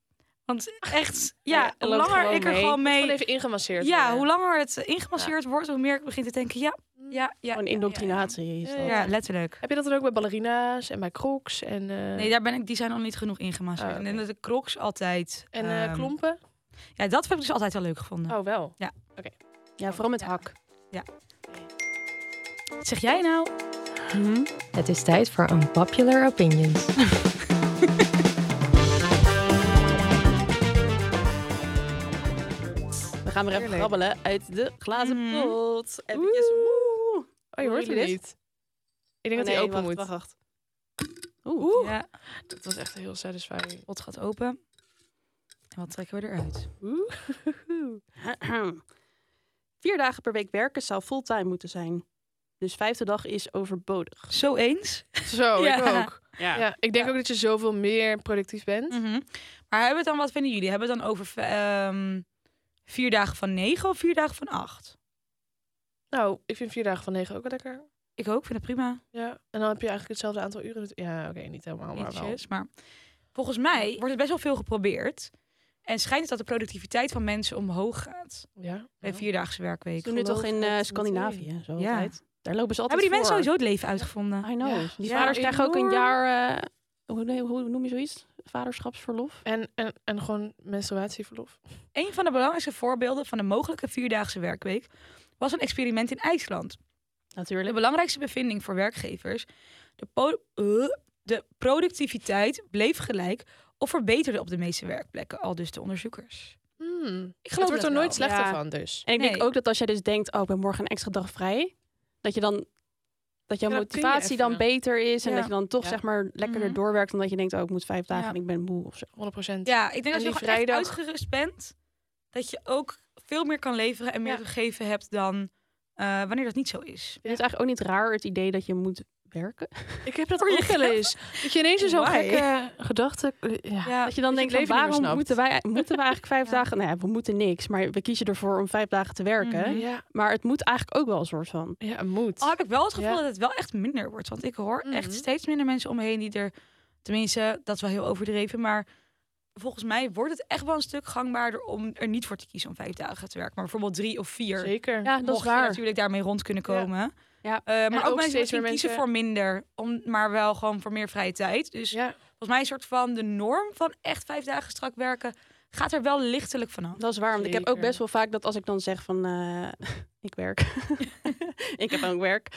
Speaker 1: Want echt,
Speaker 2: Ja,
Speaker 1: ja,
Speaker 2: het
Speaker 1: hoe
Speaker 2: loopt
Speaker 1: langer
Speaker 2: gewoon
Speaker 1: ik er
Speaker 2: mee.
Speaker 1: gewoon mee...
Speaker 4: Gewoon even ingemasseerd.
Speaker 1: Ja,
Speaker 4: worden.
Speaker 1: hoe langer het ingemasseerd wordt, hoe meer ik begin te denken, ja, ja, ja.
Speaker 2: Gewoon
Speaker 1: ja,
Speaker 2: indoctrinatie is
Speaker 4: Ja,
Speaker 2: dat.
Speaker 1: Ja, ja. Ja, letterlijk.
Speaker 4: Heb je dat dan ook bij ballerina's en bij crocs en, eh,
Speaker 1: Nee, daar ben ik, die zijn nog niet genoeg ingemasseerd.
Speaker 4: Oh, oké.
Speaker 1: En de crocs altijd.
Speaker 4: en eh,
Speaker 1: ehm,
Speaker 4: klompen?
Speaker 1: Ja, dat heb ik dus altijd wel leuk gevonden.
Speaker 4: Oh, wel.
Speaker 2: Ja, vooral met hak.
Speaker 1: Wat zeg jij nou?
Speaker 5: Het is tijd voor Unpopular Opinions.
Speaker 2: We gaan weer even
Speaker 4: Heerlijk.
Speaker 2: grabbelen uit de glazen
Speaker 1: Mhm.
Speaker 2: pot. Eventjes, woe.
Speaker 4: Oh, je hoort
Speaker 2: Horen
Speaker 4: hem
Speaker 2: jullie
Speaker 4: niet. Ik denk dat
Speaker 2: nee,
Speaker 4: hij open
Speaker 2: wacht,
Speaker 4: moet.
Speaker 2: Wacht, wacht.
Speaker 1: Oeh. Ja,
Speaker 4: Dat was echt heel satisfying.
Speaker 1: pot gaat open. En wat trekken we eruit?
Speaker 4: Oeh.
Speaker 2: Vier dagen per week werken zou fulltime moeten zijn. Dus vijfde dag is overbodig.
Speaker 1: Zo eens.
Speaker 4: Zo,
Speaker 1: Ja.
Speaker 4: ik ook. Ja, ik denk ook dat je zoveel meer productief bent.
Speaker 1: Mhm. Maar hebben we het dan, wat vinden jullie? Hebben we het dan over v- ehm, vier dagen van negen of vier dagen van acht?
Speaker 4: Nou, ik vind vier dagen van negen ook wel lekker.
Speaker 1: Ik ook, vind het prima.
Speaker 4: Ja. En dan heb je eigenlijk hetzelfde aantal uren. Ja, oké, niet helemaal, maar wel.
Speaker 1: Ietsjes, maar volgens mij wordt het best wel veel geprobeerd. En schijnt het dat de productiviteit van mensen omhoog gaat.
Speaker 4: Ja.
Speaker 1: Bij vierdaagse
Speaker 2: Ze
Speaker 1: werkweek.
Speaker 2: doen nu
Speaker 4: geloof
Speaker 2: toch in
Speaker 4: het
Speaker 2: eh,
Speaker 4: meteen.
Speaker 2: Scandinavië zo
Speaker 1: Ja.
Speaker 2: altijd. Daar lopen ze altijd
Speaker 1: Hebben die mensen
Speaker 2: voor.
Speaker 1: sowieso het leven uitgevonden?
Speaker 2: I know.
Speaker 4: Ja.
Speaker 2: Die
Speaker 4: Ja,
Speaker 2: vaders krijgen ook een
Speaker 4: enorm.
Speaker 2: jaar... eh, hoe, nee, hoe noem je zoiets? Vaderschapsverlof?
Speaker 4: En, en, en gewoon menstruatieverlof.
Speaker 1: Een van de belangrijkste voorbeelden van een mogelijke vierdaagse werkweek was een experiment in IJsland. De
Speaker 2: Natuurlijk.
Speaker 1: belangrijkste bevinding voor werkgevers: de, po- eh, de productiviteit bleef gelijk of verbeterde op de meeste werkplekken, al dus de onderzoekers.
Speaker 4: Hmm.
Speaker 1: Ik
Speaker 4: Het
Speaker 1: geloof
Speaker 4: wordt
Speaker 1: dat
Speaker 4: er nooit
Speaker 1: wel.
Speaker 4: slechter
Speaker 2: Ja.
Speaker 4: van, dus.
Speaker 2: En ik denk
Speaker 1: Nee.
Speaker 2: ook dat als jij dus denkt, oh, ik ben morgen een extra dag vrij, dat je dan dat jouw
Speaker 4: Ja, dan kun je
Speaker 2: motivatie dan
Speaker 4: even-
Speaker 2: beter is en
Speaker 1: Ja.
Speaker 2: dat je dan toch
Speaker 4: Ja.
Speaker 2: zeg maar lekkerder
Speaker 1: Mhm.
Speaker 2: doorwerkt dan dat je denkt, oh, ik moet vijf dagen
Speaker 1: Ja.
Speaker 2: en ik ben moe of zo.
Speaker 4: 100
Speaker 1: Ja, ik denk
Speaker 4: En
Speaker 1: dat je
Speaker 4: die
Speaker 1: gewoon echt
Speaker 4: vrijdag-
Speaker 1: uitgerust bent, dat je ook veel meer kan leveren en meer
Speaker 4: Ja.
Speaker 1: te geven hebt dan eh, wanneer dat niet zo is.
Speaker 2: Het is eigenlijk ook niet raar het idee dat je moet werken.
Speaker 4: Ik heb dat
Speaker 1: Voor je
Speaker 4: ook wel eens. Dat je ineens in zo'n
Speaker 1: Why?
Speaker 4: gekke gedachte... Ja.
Speaker 1: Ja.
Speaker 2: Dat je dan
Speaker 4: dat je
Speaker 2: denkt, van,
Speaker 4: het leven niet meer snapt.
Speaker 2: waarom moeten wij, moeten we eigenlijk vijf
Speaker 1: Ja.
Speaker 2: dagen... Nou ja, we moeten niks, maar we kiezen ervoor om vijf dagen te werken.
Speaker 1: Mhm.
Speaker 4: Ja,
Speaker 2: Maar het moet eigenlijk ook wel een soort van...
Speaker 4: ja, het moet.
Speaker 1: Al Oh, heb ik wel het gevoel
Speaker 4: Ja.
Speaker 1: dat het wel echt minder wordt. Want ik hoor
Speaker 4: Mhm.
Speaker 1: echt steeds minder mensen om me heen die er... Tenminste, dat is wel heel overdreven. Maar volgens mij wordt het echt wel een stuk gangbaarder om er niet voor te kiezen om vijf dagen te werken. Maar bijvoorbeeld drie of vier.
Speaker 4: Zeker.
Speaker 2: Ja, dat
Speaker 1: Mocht
Speaker 2: is
Speaker 1: je
Speaker 2: waar.
Speaker 1: natuurlijk daarmee rond kunnen
Speaker 4: Ja.
Speaker 1: komen.
Speaker 2: Ja.
Speaker 1: Eh, maar ook,
Speaker 4: ook
Speaker 1: mensen
Speaker 4: steeds meer
Speaker 1: misschien kiezen
Speaker 4: mensen-
Speaker 1: voor minder. Om, maar wel gewoon voor meer vrije tijd. Dus
Speaker 4: Ja.
Speaker 1: volgens mij een soort van de norm van echt vijf dagen strak werken... gaat er wel lichtelijk vanaf.
Speaker 2: Dat is waar, want ik heb ook
Speaker 4: Zeker.
Speaker 2: best wel vaak dat als ik dan zeg van... eh, ik werk. ik heb ook werk.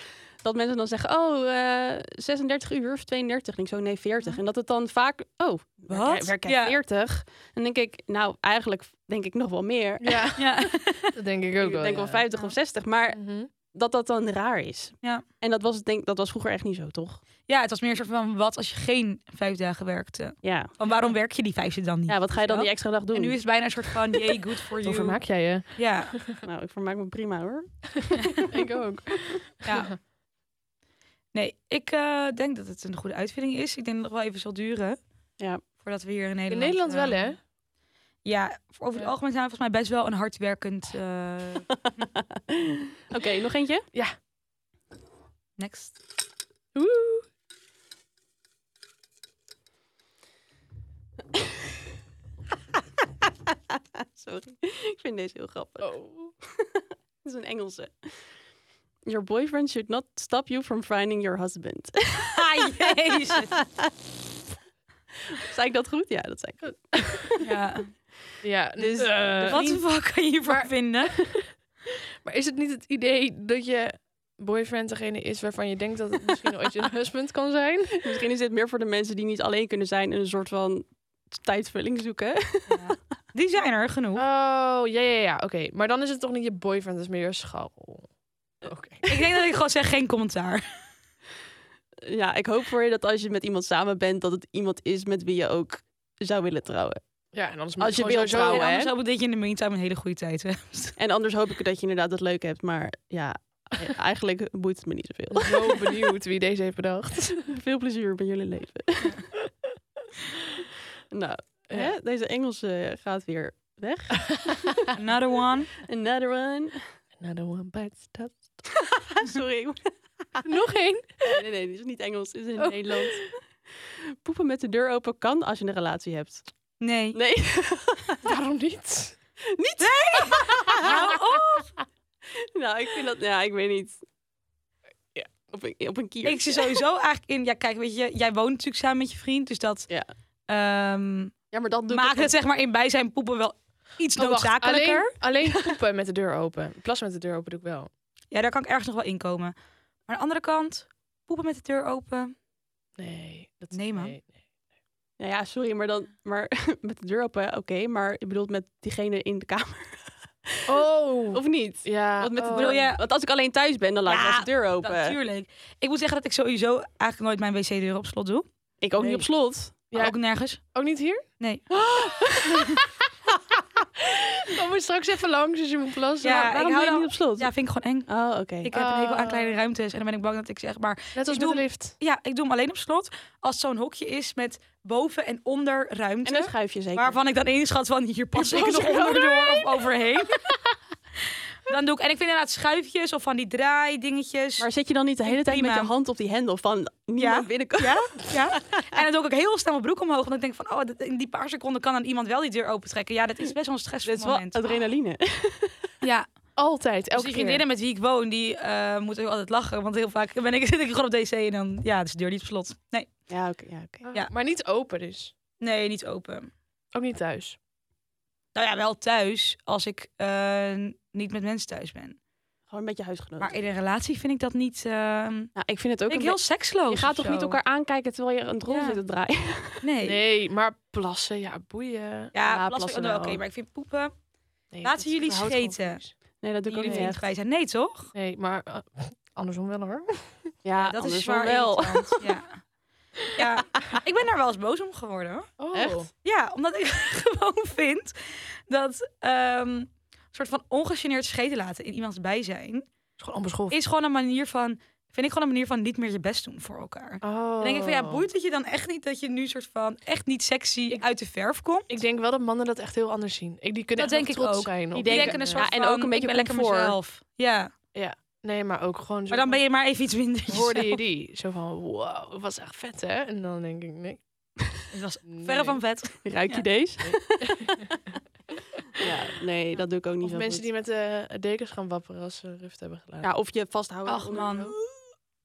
Speaker 2: Dat mensen dan zeggen, oh, eh, 36 uur of 32. En ik zo, nee, 40. En dat het dan vaak, oh, werk jij-
Speaker 1: Wat?
Speaker 2: werk jij
Speaker 1: Ja.
Speaker 2: 40? En denk ik, nou, eigenlijk denk ik nog wel meer.
Speaker 4: Ja,
Speaker 1: Ja.
Speaker 4: dat denk ik ook
Speaker 2: ik
Speaker 4: wel.
Speaker 2: denk wel
Speaker 4: ja.
Speaker 2: 50 of 60, maar
Speaker 4: Mhm.
Speaker 2: dat dat dan raar is.
Speaker 1: Ja.
Speaker 2: En dat was, het denk, dat was vroeger echt niet zo, toch?
Speaker 1: ja, het was meer een soort van wat als je geen vijf dagen werkte.
Speaker 2: Ja.
Speaker 1: Van waarom werk je die vijfde dan niet?
Speaker 2: ja, wat ga je dan
Speaker 1: Weet
Speaker 2: die
Speaker 1: je
Speaker 2: extra dag
Speaker 1: wel?
Speaker 2: doen?
Speaker 1: En nu is het bijna een soort van, yay, good for you.
Speaker 4: Hoe vermaak jij je?
Speaker 1: Ja,
Speaker 2: Nou, ik vermaak me prima hoor.
Speaker 4: ik ook.
Speaker 1: ja. Nee, ik eh, denk dat het een goede uitvinding is. Ik denk dat het nog wel even zal duren.
Speaker 2: Ja.
Speaker 1: Voordat we hier in
Speaker 4: In
Speaker 1: Nederland...
Speaker 4: Nederland wel,
Speaker 1: eh,
Speaker 4: hè?
Speaker 1: Ja, voor- over het
Speaker 4: Ja.
Speaker 1: algemeen zijn we volgens mij best wel een hardwerkend... eh,
Speaker 2: Oké, nog eentje?
Speaker 1: next.
Speaker 4: Oeh.
Speaker 2: Sorry, ik vind deze heel grappig.
Speaker 4: Oh.
Speaker 2: Dit is een Engelse. Your boyfriend should not stop you from finding your husband.
Speaker 1: Ah, jezus.
Speaker 2: zei ik dat goed? Ja, dat zei ik goed.
Speaker 1: Ja.
Speaker 4: Ja,
Speaker 2: Dus,
Speaker 4: dus...
Speaker 1: Wat de fuck kan je hiervoor
Speaker 4: Maar-
Speaker 1: vinden?
Speaker 4: Maar is het niet het idee dat je boyfriend degene is waarvan je denkt dat het misschien ooit je husband kan zijn?
Speaker 2: Misschien is dit meer voor de mensen die niet alleen kunnen zijn en een soort van tijdvulling zoeken.
Speaker 1: Ja. Die zijn er genoeg.
Speaker 4: Oh, ja, ja, ja. Oké, maar dan is het toch niet je boyfriend, dat is meer je scharrel. Oké.
Speaker 1: Ik denk dat ik gewoon zeg geen commentaar.
Speaker 2: Ja, ik hoop voor je dat als je met iemand samen bent, dat het iemand is met wie je ook zou willen trouwen.
Speaker 4: Ja, en anders moet
Speaker 2: Als je
Speaker 4: gewoon
Speaker 2: wilt
Speaker 4: sowieso-
Speaker 2: trouwen, Oh, hè?
Speaker 1: Anders hoop ik dat je in de meantime een hele goede tijd hebt.
Speaker 2: En anders hoop ik dat je inderdaad het leuk hebt, maar ja, e- eigenlijk boeit het me niet zoveel.
Speaker 4: Zo benieuwd wie deze heeft bedacht.
Speaker 2: Veel plezier bij jullie leven. nou, hè? deze Engelse gaat weer weg.
Speaker 1: Another one.
Speaker 2: Another one.
Speaker 4: Another one bites the dust.
Speaker 2: Sorry. ik moet-
Speaker 4: Nog één.
Speaker 2: Nee, nee, nee, dit is niet Engels, dit is in
Speaker 4: Oh.
Speaker 2: Nederland. Poepen met de deur open kan als je een relatie hebt.
Speaker 1: Nee.
Speaker 2: Nee,
Speaker 4: Waarom niet?
Speaker 2: niet.
Speaker 1: Hou op.
Speaker 2: Nou, ik vind dat, ja, ik weet niet. Ja, op een, op een kier.
Speaker 1: Ik zie sowieso eigenlijk in... Ja, kijk, weet je, jij woont natuurlijk samen met je vriend. Dus dat
Speaker 2: Ja.
Speaker 1: ehm,
Speaker 2: Ja, maar dat doe ik
Speaker 1: maakt
Speaker 2: ook Oh,
Speaker 1: het zeg maar in bij zijn poepen wel iets noodzakelijker.
Speaker 4: alleen, Oh, alleen poepen met de deur open. Plassen met de deur open doe ik wel.
Speaker 1: Ja, daar kan ik ergens nog wel in komen. Maar aan de andere kant, poepen met de deur open.
Speaker 4: Nee. Dat,
Speaker 1: Nee, man.
Speaker 4: nee.
Speaker 2: Nou ja, sorry, maar dan maar met de deur open, oké, maar je bedoelt met diegene in de kamer
Speaker 4: Oh.
Speaker 2: of niet?
Speaker 4: ja.
Speaker 2: Want, met de
Speaker 4: oh.
Speaker 2: deur,
Speaker 1: Bedoel je-
Speaker 2: want als ik alleen thuis ben, dan laat ik
Speaker 1: Ja,
Speaker 2: wel eens de deur open.
Speaker 1: Natuurlijk. Ik moet zeggen dat ik sowieso eigenlijk nooit mijn wc-deur op slot doe.
Speaker 2: Ik ook
Speaker 4: Nee.
Speaker 2: niet op slot.
Speaker 4: Ja.
Speaker 1: Ook nergens.
Speaker 4: Ook Oh, niet hier?
Speaker 1: Nee.
Speaker 4: Dan moet je straks even langs als je moet plassen.
Speaker 1: Ja,
Speaker 2: Waarom
Speaker 1: ik hou
Speaker 2: doe je
Speaker 1: dan-
Speaker 2: niet op slot?
Speaker 1: Ja, vind ik gewoon eng.
Speaker 2: Oh, oké.
Speaker 1: Ik heb een hekel aan
Speaker 4: Oh.
Speaker 1: kleine ruimtes en dan ben ik bang dat ik zeg maar... Ik
Speaker 4: Net als met
Speaker 1: doe-
Speaker 4: de lift.
Speaker 1: Ja, ik doe hem alleen op slot als zo'n hokje is met boven en onder
Speaker 2: En
Speaker 1: ruimte.
Speaker 2: dan schuif je zeker.
Speaker 1: waarvan ik dan inschat van hier pas ik
Speaker 2: pas
Speaker 1: nog
Speaker 2: ik wel
Speaker 1: onderdoor of overheen. dan doe ik... En ik vind inderdaad schuifjes of van die draaidingetjes.
Speaker 2: Maar zit je dan niet de hele tijd met
Speaker 1: Prima.
Speaker 2: je hand op die hendel van niemand
Speaker 1: Ja.
Speaker 2: binnenkomt?
Speaker 1: Ja, ja. En dan doe ik ook heel snel mijn broek omhoog. Want ik denk van, oh, dat- in die paar seconden kan dan iemand wel die deur opentrekken. Ja, dat is best wel een stressvol
Speaker 2: Dit is wel
Speaker 1: moment.
Speaker 2: adrenaline.
Speaker 1: Ja,
Speaker 4: Altijd,
Speaker 1: dus die
Speaker 4: elke keer.
Speaker 1: vriendinnen met wie ik woon, die eh, moeten ook altijd lachen. Want heel vaak ben ik, zit ik gewoon op DC en dan, ja, dus de deur niet op slot. Nee,
Speaker 2: Ja, oké. ja, oké.
Speaker 4: Ah,
Speaker 1: ja.
Speaker 4: Maar niet open dus.
Speaker 1: nee, niet open.
Speaker 4: Ook niet thuis.
Speaker 1: Nou ja, wel thuis, als ik eh, niet met mensen thuis ben.
Speaker 2: Gewoon met je huisgenoot.
Speaker 1: Maar in een relatie vind ik dat niet... eh,
Speaker 2: Nou, ik vind het Oh. ook
Speaker 1: vind ik
Speaker 2: een
Speaker 1: heel
Speaker 2: be-
Speaker 1: seksloos
Speaker 2: Je gaat
Speaker 1: of
Speaker 2: toch niet
Speaker 1: zo?
Speaker 2: elkaar aankijken terwijl je een rol
Speaker 1: Ja.
Speaker 2: zit te draaien?
Speaker 1: Nee.
Speaker 4: Nee, maar plassen, ja, boeien.
Speaker 1: Ja,
Speaker 2: Ja,
Speaker 1: plassen,
Speaker 2: plassen
Speaker 1: oh,
Speaker 2: wel.
Speaker 1: Oké, maar ik vind poepen...
Speaker 4: Nee,
Speaker 1: Laten
Speaker 4: dat
Speaker 1: jullie
Speaker 4: überhaupt gewoon
Speaker 1: scheten.
Speaker 4: vies.
Speaker 2: Nee, dat doe ik ook
Speaker 1: Jullie
Speaker 2: niet
Speaker 1: vriend bij
Speaker 2: echt.
Speaker 1: zijn. Nee, toch?
Speaker 4: Nee, maar eh, andersom wel hoor.
Speaker 2: Ja,
Speaker 1: dat
Speaker 2: anders
Speaker 1: is zwaar
Speaker 2: wel.
Speaker 1: irritant, Ja. ja, ik ben daar wel eens boos om geworden. hoor.
Speaker 4: Oh.
Speaker 2: Echt?
Speaker 1: Ja, omdat ik gewoon vind dat ehm, een soort van ongegeneerd scheten laten in iemands bijzijn
Speaker 4: is gewoon onbeschoft.
Speaker 1: is gewoon een manier van Vind ik gewoon een manier van niet meer je best doen voor elkaar.
Speaker 4: Oh.
Speaker 1: Dan denk ik van ja, boeit het je dan echt niet dat je nu soort van echt niet sexy uit de verf komt?
Speaker 4: Ik denk wel dat mannen dat echt heel anders zien. Ik, die kunnen
Speaker 1: Dat
Speaker 4: echt
Speaker 1: denk
Speaker 4: wel
Speaker 1: ik
Speaker 4: trots
Speaker 1: ook.
Speaker 4: zijn.
Speaker 2: Die
Speaker 4: Op. eh,
Speaker 1: Die
Speaker 2: denken-
Speaker 1: denken een
Speaker 4: Ja,
Speaker 1: soort
Speaker 2: en
Speaker 1: van,
Speaker 2: ook een beetje
Speaker 1: ik ben lekker
Speaker 2: comfort.
Speaker 1: mezelf. Ja,
Speaker 4: Nee, maar ook gewoon zo
Speaker 1: maar dan
Speaker 4: van,
Speaker 1: ben je maar even iets minder.
Speaker 4: Hoorde
Speaker 1: jezelf.
Speaker 4: je die? Zo van, wow, dat was echt vet, hè? En dan denk ik, nee.
Speaker 1: Het was
Speaker 4: nee.
Speaker 1: verre van vet.
Speaker 2: Ruik je
Speaker 1: Ja.
Speaker 2: deze? ja, nee, dat doe ik ook niet
Speaker 4: Of
Speaker 2: zo
Speaker 4: mensen
Speaker 2: goed.
Speaker 4: die met de dekens gaan wapperen als ze ruft hebben gelaten.
Speaker 2: Ja, of je vasthouden.
Speaker 1: Ach,
Speaker 2: onder-
Speaker 1: man.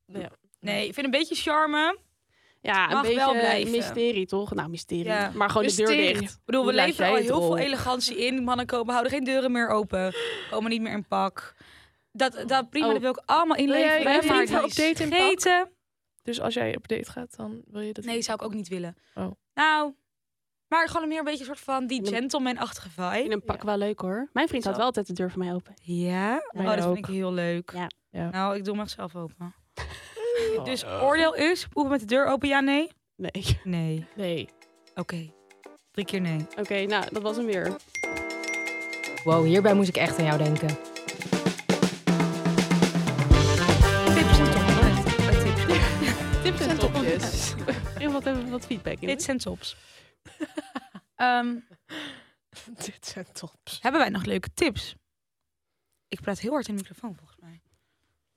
Speaker 4: Ja.
Speaker 1: Nee, ik vind een beetje charme.
Speaker 2: Ja, een
Speaker 1: Mag wel
Speaker 2: beetje
Speaker 1: blijven.
Speaker 2: mysterie, toch? Nou, mysterie.
Speaker 1: Ja.
Speaker 2: Maar gewoon de
Speaker 4: Mysterie.
Speaker 2: deur dicht.
Speaker 1: Ik bedoel, we
Speaker 2: Hoe laat
Speaker 1: leven
Speaker 2: jij
Speaker 1: al
Speaker 2: het
Speaker 1: heel veel
Speaker 2: rollen?
Speaker 1: elegantie in. Mannen komen, houden geen deuren meer open. Komen niet meer in pak. Dat, dat prima,
Speaker 2: Oh.
Speaker 1: dat wil ik allemaal
Speaker 4: jij
Speaker 1: inleveren.
Speaker 4: je
Speaker 1: maar
Speaker 4: vriend
Speaker 1: die
Speaker 4: op date in pak?
Speaker 1: scheten-
Speaker 4: Dus als jij op date gaat, dan wil je dat...
Speaker 1: Nee, zou ik ook niet willen.
Speaker 4: Oh.
Speaker 1: Nou, maar gewoon meer een beetje een soort van die
Speaker 2: In een-
Speaker 1: gentleman-achtige
Speaker 2: In
Speaker 1: vibe.
Speaker 2: een pak wel leuk, hoor. Mijn vriend had
Speaker 4: Zo.
Speaker 2: wel altijd de deur voor mij open.
Speaker 1: Ja,
Speaker 4: Mij
Speaker 1: oh, dat
Speaker 4: ook.
Speaker 1: vind ik heel leuk.
Speaker 2: Ja.
Speaker 4: Ja.
Speaker 1: Nou, ik doe hem echt zelf open.
Speaker 4: Oh.
Speaker 1: Dus oordeel is, hoeven met de deur open, ja, nee?
Speaker 2: Nee.
Speaker 1: Nee.
Speaker 4: Nee.
Speaker 1: Oké. Drie keer nee.
Speaker 2: Oké, nou, dat was hem weer.
Speaker 5: Wow, hierbij moest ik echt aan jou denken.
Speaker 1: Tips en tops. Eh, tips.
Speaker 2: Tips en
Speaker 4: topjes.
Speaker 2: En wat, hebben we wat feedback in?
Speaker 1: Tips en tops. Ehm,
Speaker 4: Dit zijn tops.
Speaker 1: hebben wij nog leuke tips? Ik praat heel hard in de microfoon, volgens mij.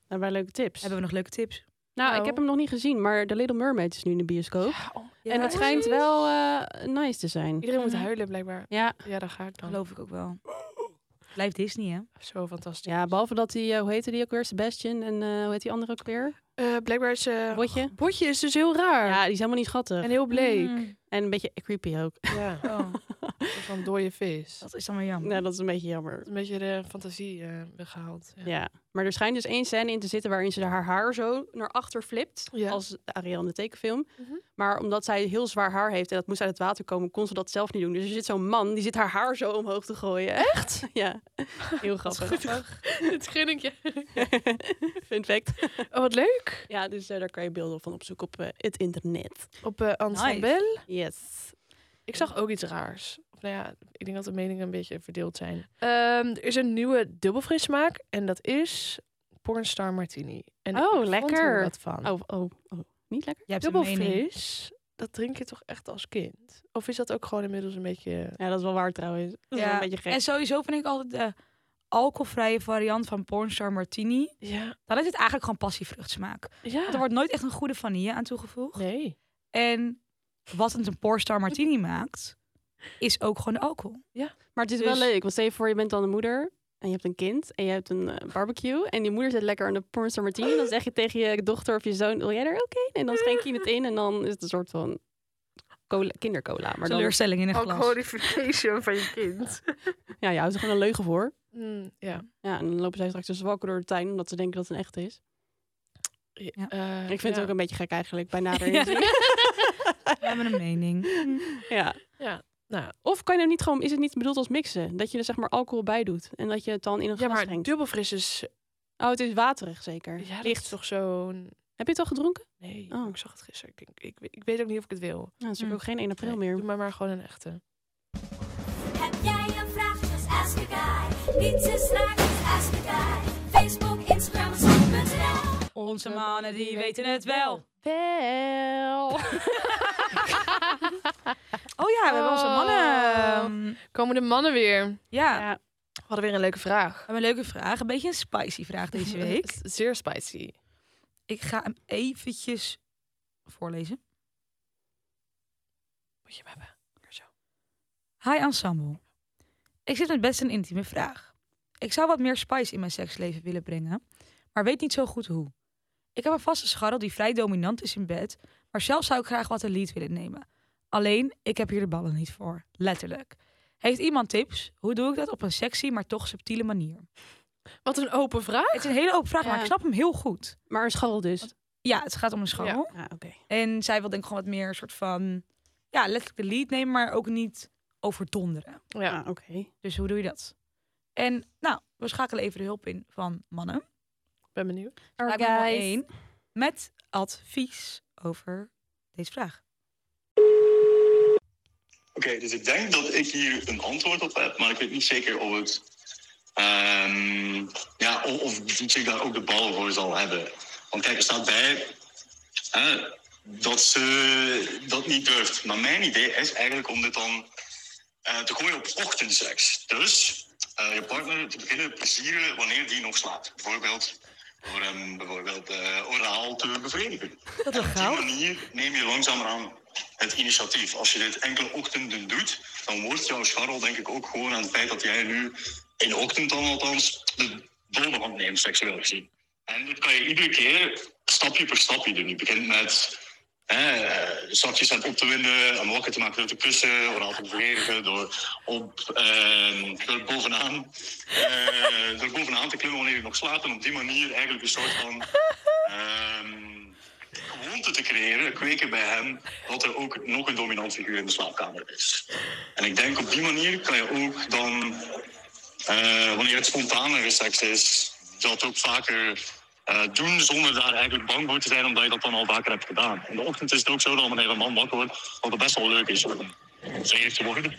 Speaker 2: Nou, bij leuke tips.
Speaker 1: Hebben we nog leuke tips?
Speaker 2: Nou, ik
Speaker 4: Nou.
Speaker 2: heb hem nog niet gezien, maar The Little Mermaid is nu in de bioscoop. Oh.
Speaker 1: oh,
Speaker 2: en het
Speaker 1: dat
Speaker 2: schijnt wel eh, nice te zijn.
Speaker 4: Iedereen moet huilen, blijkbaar.
Speaker 2: Ja,
Speaker 4: Ja, daar ga ik dan.
Speaker 1: geloof ik ook wel. Blijft Disney, hè?
Speaker 4: Zo fantastisch.
Speaker 2: ja, behalve dat die, eh, hoe heette die ook weer? Sebastian en eh, hoe heet die andere ook weer?
Speaker 4: Eh, blijkbaar is... eh,
Speaker 2: Botje?
Speaker 4: Botje is dus heel raar.
Speaker 2: Ja, die is helemaal niet schattig.
Speaker 4: En
Speaker 2: En,
Speaker 4: heel bleek.
Speaker 1: Mm.
Speaker 2: een beetje creepy ook.
Speaker 4: Ja.
Speaker 1: Oh,
Speaker 4: Van dode vis. Dat
Speaker 1: dat is dan weer
Speaker 4: Oh.
Speaker 1: jammer.
Speaker 2: nou, dat is een beetje jammer.
Speaker 4: is een beetje de fantasie eh, weggehaald. Ja.
Speaker 2: Ja, maar er schijnt dus één scène in te zitten waarin ze haar haar zo naar achter flipt.
Speaker 4: Ja.
Speaker 2: Als Ariel in de tekenfilm.
Speaker 4: Mhm.
Speaker 2: Maar omdat zij heel zwaar haar heeft en dat moest uit het water komen, kon ze dat zelf niet doen. Dus er zit zo'n man, die zit haar haar zo omhoog te gooien. Echt? ja, heel grappig.
Speaker 4: Het gun ik je.
Speaker 2: Fun fact.
Speaker 4: Oh, wat leuk.
Speaker 2: Ja, dus eh, daar kan je beelden van opzoeken op eh, het internet.
Speaker 4: Op eh Anne
Speaker 1: Nice.
Speaker 4: Bel.
Speaker 2: Yes.
Speaker 4: Ik zag ook iets raars. Of nou ja, ik denk dat de meningen een beetje verdeeld zijn. Ehm, er is een nieuwe dubbelfrismaak en dat is Pornstar Martini. En
Speaker 2: Oh,
Speaker 4: ik vond er
Speaker 2: lekker.
Speaker 4: wat van.
Speaker 2: Oh, oh, oh. Niet lekker?
Speaker 1: Jij hebt een mening.
Speaker 4: Dubbelfris, dat drink je toch echt als kind? Of is dat ook gewoon inmiddels een beetje...
Speaker 2: Ja, dat is wel waar trouwens. Dat is wel een beetje gek.
Speaker 1: En sowieso vind ik altijd de alcoholvrije variant van Pornstar Martini.
Speaker 4: Ja.
Speaker 1: Dan is het eigenlijk gewoon passievruchtsmaak. Want
Speaker 4: Ja.
Speaker 1: er wordt nooit echt een goede vanille aan toegevoegd.
Speaker 4: Nee.
Speaker 1: En wat het een Pornstar Martini maakt, is ook gewoon de alcohol.
Speaker 2: Maar het is
Speaker 1: Dus-
Speaker 2: wel leuk, want stel je voor, je bent dan een moeder en je hebt een kind en je hebt een eh, barbecue en die moeder zit lekker aan de pornstar martini. Dan zeg je tegen je dochter of je zoon, wil jij er ook een? En dan schenk je het in en dan is het een soort van cola, kindercola. Maar dan,
Speaker 1: Teleurstelling in een glas.
Speaker 4: Alcoholification van je kind.
Speaker 2: ja, je houdt er gewoon een leugen voor.
Speaker 4: Hmm, ja.
Speaker 2: Ja, en dan lopen zij straks te zwakken door de tuin omdat ze denken dat het een echt is.
Speaker 1: Ja.
Speaker 4: Eh,
Speaker 2: ik vind
Speaker 4: ja.
Speaker 2: het ook een beetje gek eigenlijk, bij nader
Speaker 1: Ja.
Speaker 2: inzien.
Speaker 1: We hebben een mening.
Speaker 2: ja.
Speaker 4: Ja, nou.
Speaker 2: Of kan je nou niet gewoon, is het niet bedoeld als mixen? Dat je er zeg maar alcohol bij doet en dat je het dan in een
Speaker 4: Ja,
Speaker 2: glas
Speaker 4: maar
Speaker 2: schenkt.
Speaker 4: dubbelfris is...
Speaker 2: Oh, het is waterig zeker.
Speaker 4: Ja, dat
Speaker 2: Licht.
Speaker 4: is toch zo'n...
Speaker 2: Heb je het al gedronken?
Speaker 4: Nee,
Speaker 2: Oh.
Speaker 4: maar ik zag het gisteren. Ik, denk, ik, we- ik weet ook niet of ik het wil.
Speaker 2: Nou, dat is natuurlijk
Speaker 1: Hm.
Speaker 2: ook geen 1 april
Speaker 4: Mm. Nee,
Speaker 2: meer.
Speaker 4: Doe maar maar gewoon een echte.
Speaker 6: Heb jij een vraag? Just ask a guy. Niets is raar, just ask a guy. Facebook, Instagram, Snap.nl.
Speaker 1: Onze mannen die weten het wel.
Speaker 4: Wel.
Speaker 1: Oh ja, we hebben onze mannen.
Speaker 4: Oh.
Speaker 1: ehm,
Speaker 4: Komen de mannen weer?
Speaker 1: Ja,
Speaker 2: Ja.
Speaker 4: We hadden weer een leuke vraag.
Speaker 1: we hebben een leuke vraag. Een beetje een spicy vraag deze week.
Speaker 4: Z- Zeer spicy.
Speaker 1: Ik ga hem eventjes voorlezen.
Speaker 4: Moet je hem hebben. Hier Zo.
Speaker 1: Hi Ensemble. Ik zit met best een intieme vraag. Ik zou wat meer spice in mijn seksleven willen brengen, maar weet niet zo goed hoe. Ik heb een vaste scharrel die vrij dominant is in bed, maar zelf zou ik graag wat een lead willen nemen. Alleen, ik heb hier de ballen niet voor. Letterlijk. Heeft iemand tips? Hoe doe ik dat op een sexy, maar toch subtiele manier?
Speaker 4: Wat een open vraag.
Speaker 1: Het is een hele open vraag, maar
Speaker 2: Ja.
Speaker 1: ik snap hem heel goed.
Speaker 2: Maar een scharrel dus.
Speaker 1: Ja, het gaat om een scharrel.
Speaker 2: Ja, oké.
Speaker 1: En zij wil denk ik gewoon wat meer een soort van... Ja, letterlijk de lead nemen, maar ook niet overdonderen.
Speaker 4: Ja.
Speaker 2: Ah, oké.
Speaker 1: Dus hoe doe je dat? En nou, we schakelen even de hulp in van mannen.
Speaker 4: Ben benieuwd.
Speaker 1: Lijkt me nummer één. met advies over deze vraag.
Speaker 7: Oké, dus ik denk dat ik hier een antwoord op heb, maar ik weet niet zeker of het. ehm, ja, of, of Dietje daar ook de bal voor zal hebben. Want kijk, er staat bij hè, dat ze dat niet durft. Maar mijn idee is eigenlijk om dit dan eh, te gooien op ochtendseks. Dus eh, je partner te beginnen plezieren wanneer die nog slaapt. Bijvoorbeeld door hem bijvoorbeeld eh, oraal te bevredigen.
Speaker 1: Dat
Speaker 7: Op die manier neem je langzamerhand het initiatief. Als je dit enkele ochtenden doet, dan wordt jouw scharrel denk ik ook gewoon aan het feit dat jij nu in de ochtend dan althans de bovenhand neemt, seksueel gezien. En dit kan je iedere keer stapje per stapje doen. Je begint met eh, zakjes aan op te winden, om wakker te maken door te kussen, oraal te bevredigen, door op eh, door bovenaan, eh, door bovenaan te klimmen wanneer je nog slaapt. En op die manier eigenlijk een soort van ehm, gewoonte te creëren, kweken bij hem, dat er ook nog een dominant figuur in de slaapkamer is. En ik denk op die manier kan je ook dan, eh, wanneer het spontanere seks is, dat ook vaker eh, doen zonder daar eigenlijk bang voor te zijn, omdat je dat dan al vaker hebt gedaan. In de ochtend is het ook zo dat wanneer een man wakker wordt, dat het best wel leuk is om zeer te worden.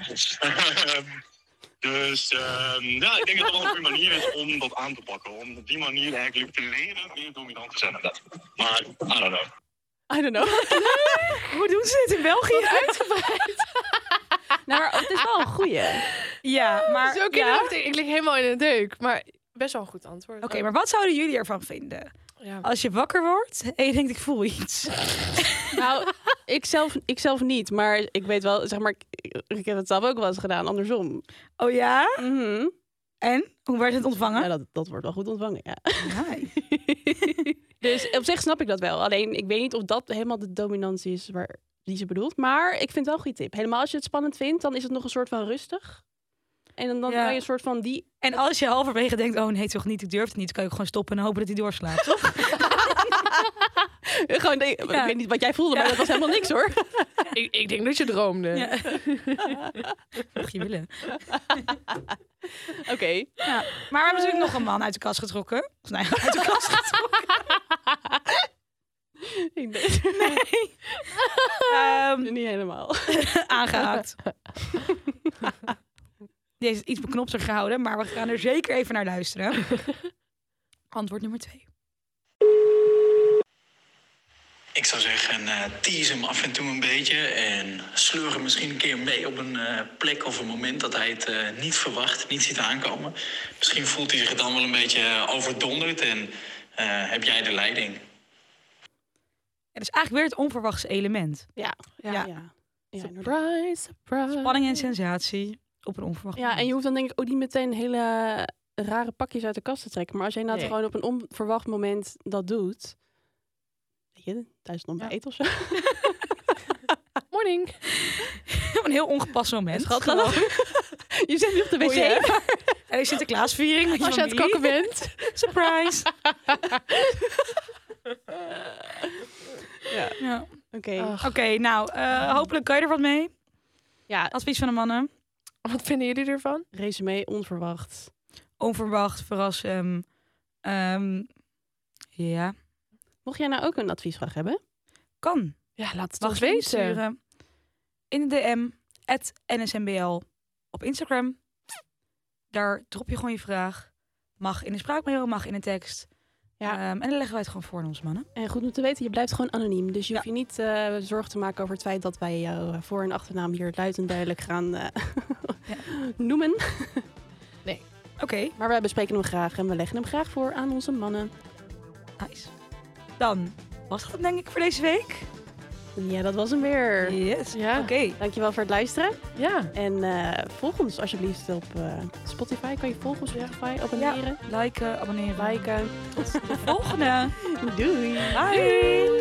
Speaker 7: Dus ehm, ja, ik denk dat dat wel een goede manier is om dat aan te pakken. Om op die manier eigenlijk te leren meer dominant te zijn in bed. Maar, I don't know.
Speaker 2: I don't know.
Speaker 1: Hoe doen ze dit in België?
Speaker 2: nou, maar het is wel een goeie.
Speaker 1: Ja, maar...
Speaker 4: Zo
Speaker 1: ja.
Speaker 4: kinderachtig. Ik lig helemaal in een deuk. Maar best wel een goed antwoord. Oh,
Speaker 1: Oké, maar wat zouden jullie ervan vinden?
Speaker 4: Ja.
Speaker 1: Als je wakker wordt en je denkt, ik voel iets.
Speaker 2: Nou, ik zelf, ik zelf niet, maar ik weet wel, zeg maar, ik, ik heb het zelf ook wel eens gedaan, andersom.
Speaker 1: Oh ja?
Speaker 4: Ah.
Speaker 2: Mhm.
Speaker 1: En? Hoe werd het
Speaker 2: Nou,
Speaker 1: ontvangen?
Speaker 2: dat, dat wordt wel goed ontvangen, ja.
Speaker 1: Hi.
Speaker 2: dus op zich snap ik dat wel. Alleen, ik weet niet of dat helemaal de dominantie is waar die ze bedoelt. Maar ik vind het wel een goede tip. Helemaal als je het spannend vindt, dan is het nog een soort van rustig. En dan, dan
Speaker 1: Ja.
Speaker 2: kan je een soort van die...
Speaker 1: En als je halverwege denkt, oh nee toch niet, ik durf het niet, kan je ook gewoon stoppen en hopen dat hij doorslaat. toch?
Speaker 2: Gewoon, nee, ik
Speaker 1: Ja.
Speaker 2: weet niet wat jij voelde, maar
Speaker 1: Ja.
Speaker 2: dat was helemaal niks hoor.
Speaker 4: Ik, ik denk dat je droomde.
Speaker 1: Ja. Mocht je willen.
Speaker 2: Oké.
Speaker 1: Maar we hebben natuurlijk nog een man uit de kast getrokken. Of nee, uit de kast getrokken.
Speaker 2: Ik weet
Speaker 1: Ehm,
Speaker 2: het niet helemaal.
Speaker 1: aangehaakt. Deze is iets beknopter gehouden, maar we gaan er zeker even naar luisteren. Antwoord nummer twee.
Speaker 8: Ik zou zeggen, eh tease hem af en toe een beetje. En sleur hem misschien een keer mee op een eh, plek of een moment dat hij het eh, niet verwacht, niet ziet aankomen. Misschien voelt hij zich dan wel een beetje eh, overdonderd en eh, heb jij de leiding.
Speaker 1: Het is eigenlijk weer het onverwachts element.
Speaker 2: Ja. Ja.
Speaker 1: Ja.
Speaker 2: ja. ja. inderdaad.
Speaker 4: Surprise, surprise.
Speaker 1: Spanning en sensatie op een onverwacht
Speaker 2: Ja, en je
Speaker 1: moment.
Speaker 2: hoeft dan denk ik ook niet meteen hele rare pakjes uit de kast te trekken. Maar als jij nou
Speaker 4: Nee.
Speaker 2: gewoon op een onverwacht moment dat doet. Weet je, tijdens het ontbijt of zo.
Speaker 4: Morning.
Speaker 1: Op een heel ongepast moment.
Speaker 2: Schat, ga dan. je zit nu op de wc.
Speaker 1: Hoe je- Er is Sinterklaasviering. met
Speaker 4: Als je aan het
Speaker 1: familie.
Speaker 4: kakken bent.
Speaker 1: Surprise.
Speaker 2: Ja.
Speaker 1: Ja.
Speaker 2: Oké.
Speaker 4: Ach,
Speaker 1: Oké, nou, eh, hopelijk kan je er wat mee.
Speaker 2: Ja,
Speaker 1: Advies van de mannen.
Speaker 4: wat vinden jullie ervan?
Speaker 2: resume onverwacht.
Speaker 1: Onverwacht, verrassen. Ehm, ja,
Speaker 2: Mocht jij nou ook een adviesvraag hebben?
Speaker 1: kan.
Speaker 4: Ja, laat het
Speaker 1: Mag
Speaker 4: ons
Speaker 1: je
Speaker 4: weten.
Speaker 1: sturen. In de DM, at NSMBL op Instagram. Daar drop je gewoon je vraag. Mag in de spraakmail, mag in de tekst.
Speaker 2: Ja.
Speaker 1: Ehm, en dan leggen wij het gewoon voor aan ons mannen.
Speaker 2: En goed om te weten, je blijft gewoon anoniem. Dus je hoeft je niet eh, zorgen te maken over het feit dat wij jouw eh, voor- en achternaam hier luid en duidelijk gaan eh,
Speaker 1: Ja.
Speaker 2: noemen.
Speaker 1: Oké,
Speaker 2: Maar wij bespreken hem graag en we leggen hem graag voor aan onze mannen.
Speaker 1: nice. Dan was dat hem, denk ik voor deze week.
Speaker 2: Ja, dat was hem weer.
Speaker 1: Yes.
Speaker 4: Ja.
Speaker 1: Oké.
Speaker 2: Dankjewel voor het luisteren.
Speaker 4: Ja.
Speaker 2: En eh, volg ons alsjeblieft op eh, Spotify. Kan je volgen op Spotify? Abonneren?
Speaker 1: Liken, abonneren.
Speaker 2: Liken?
Speaker 1: Tot de volgende.
Speaker 2: Doei!
Speaker 1: Bye.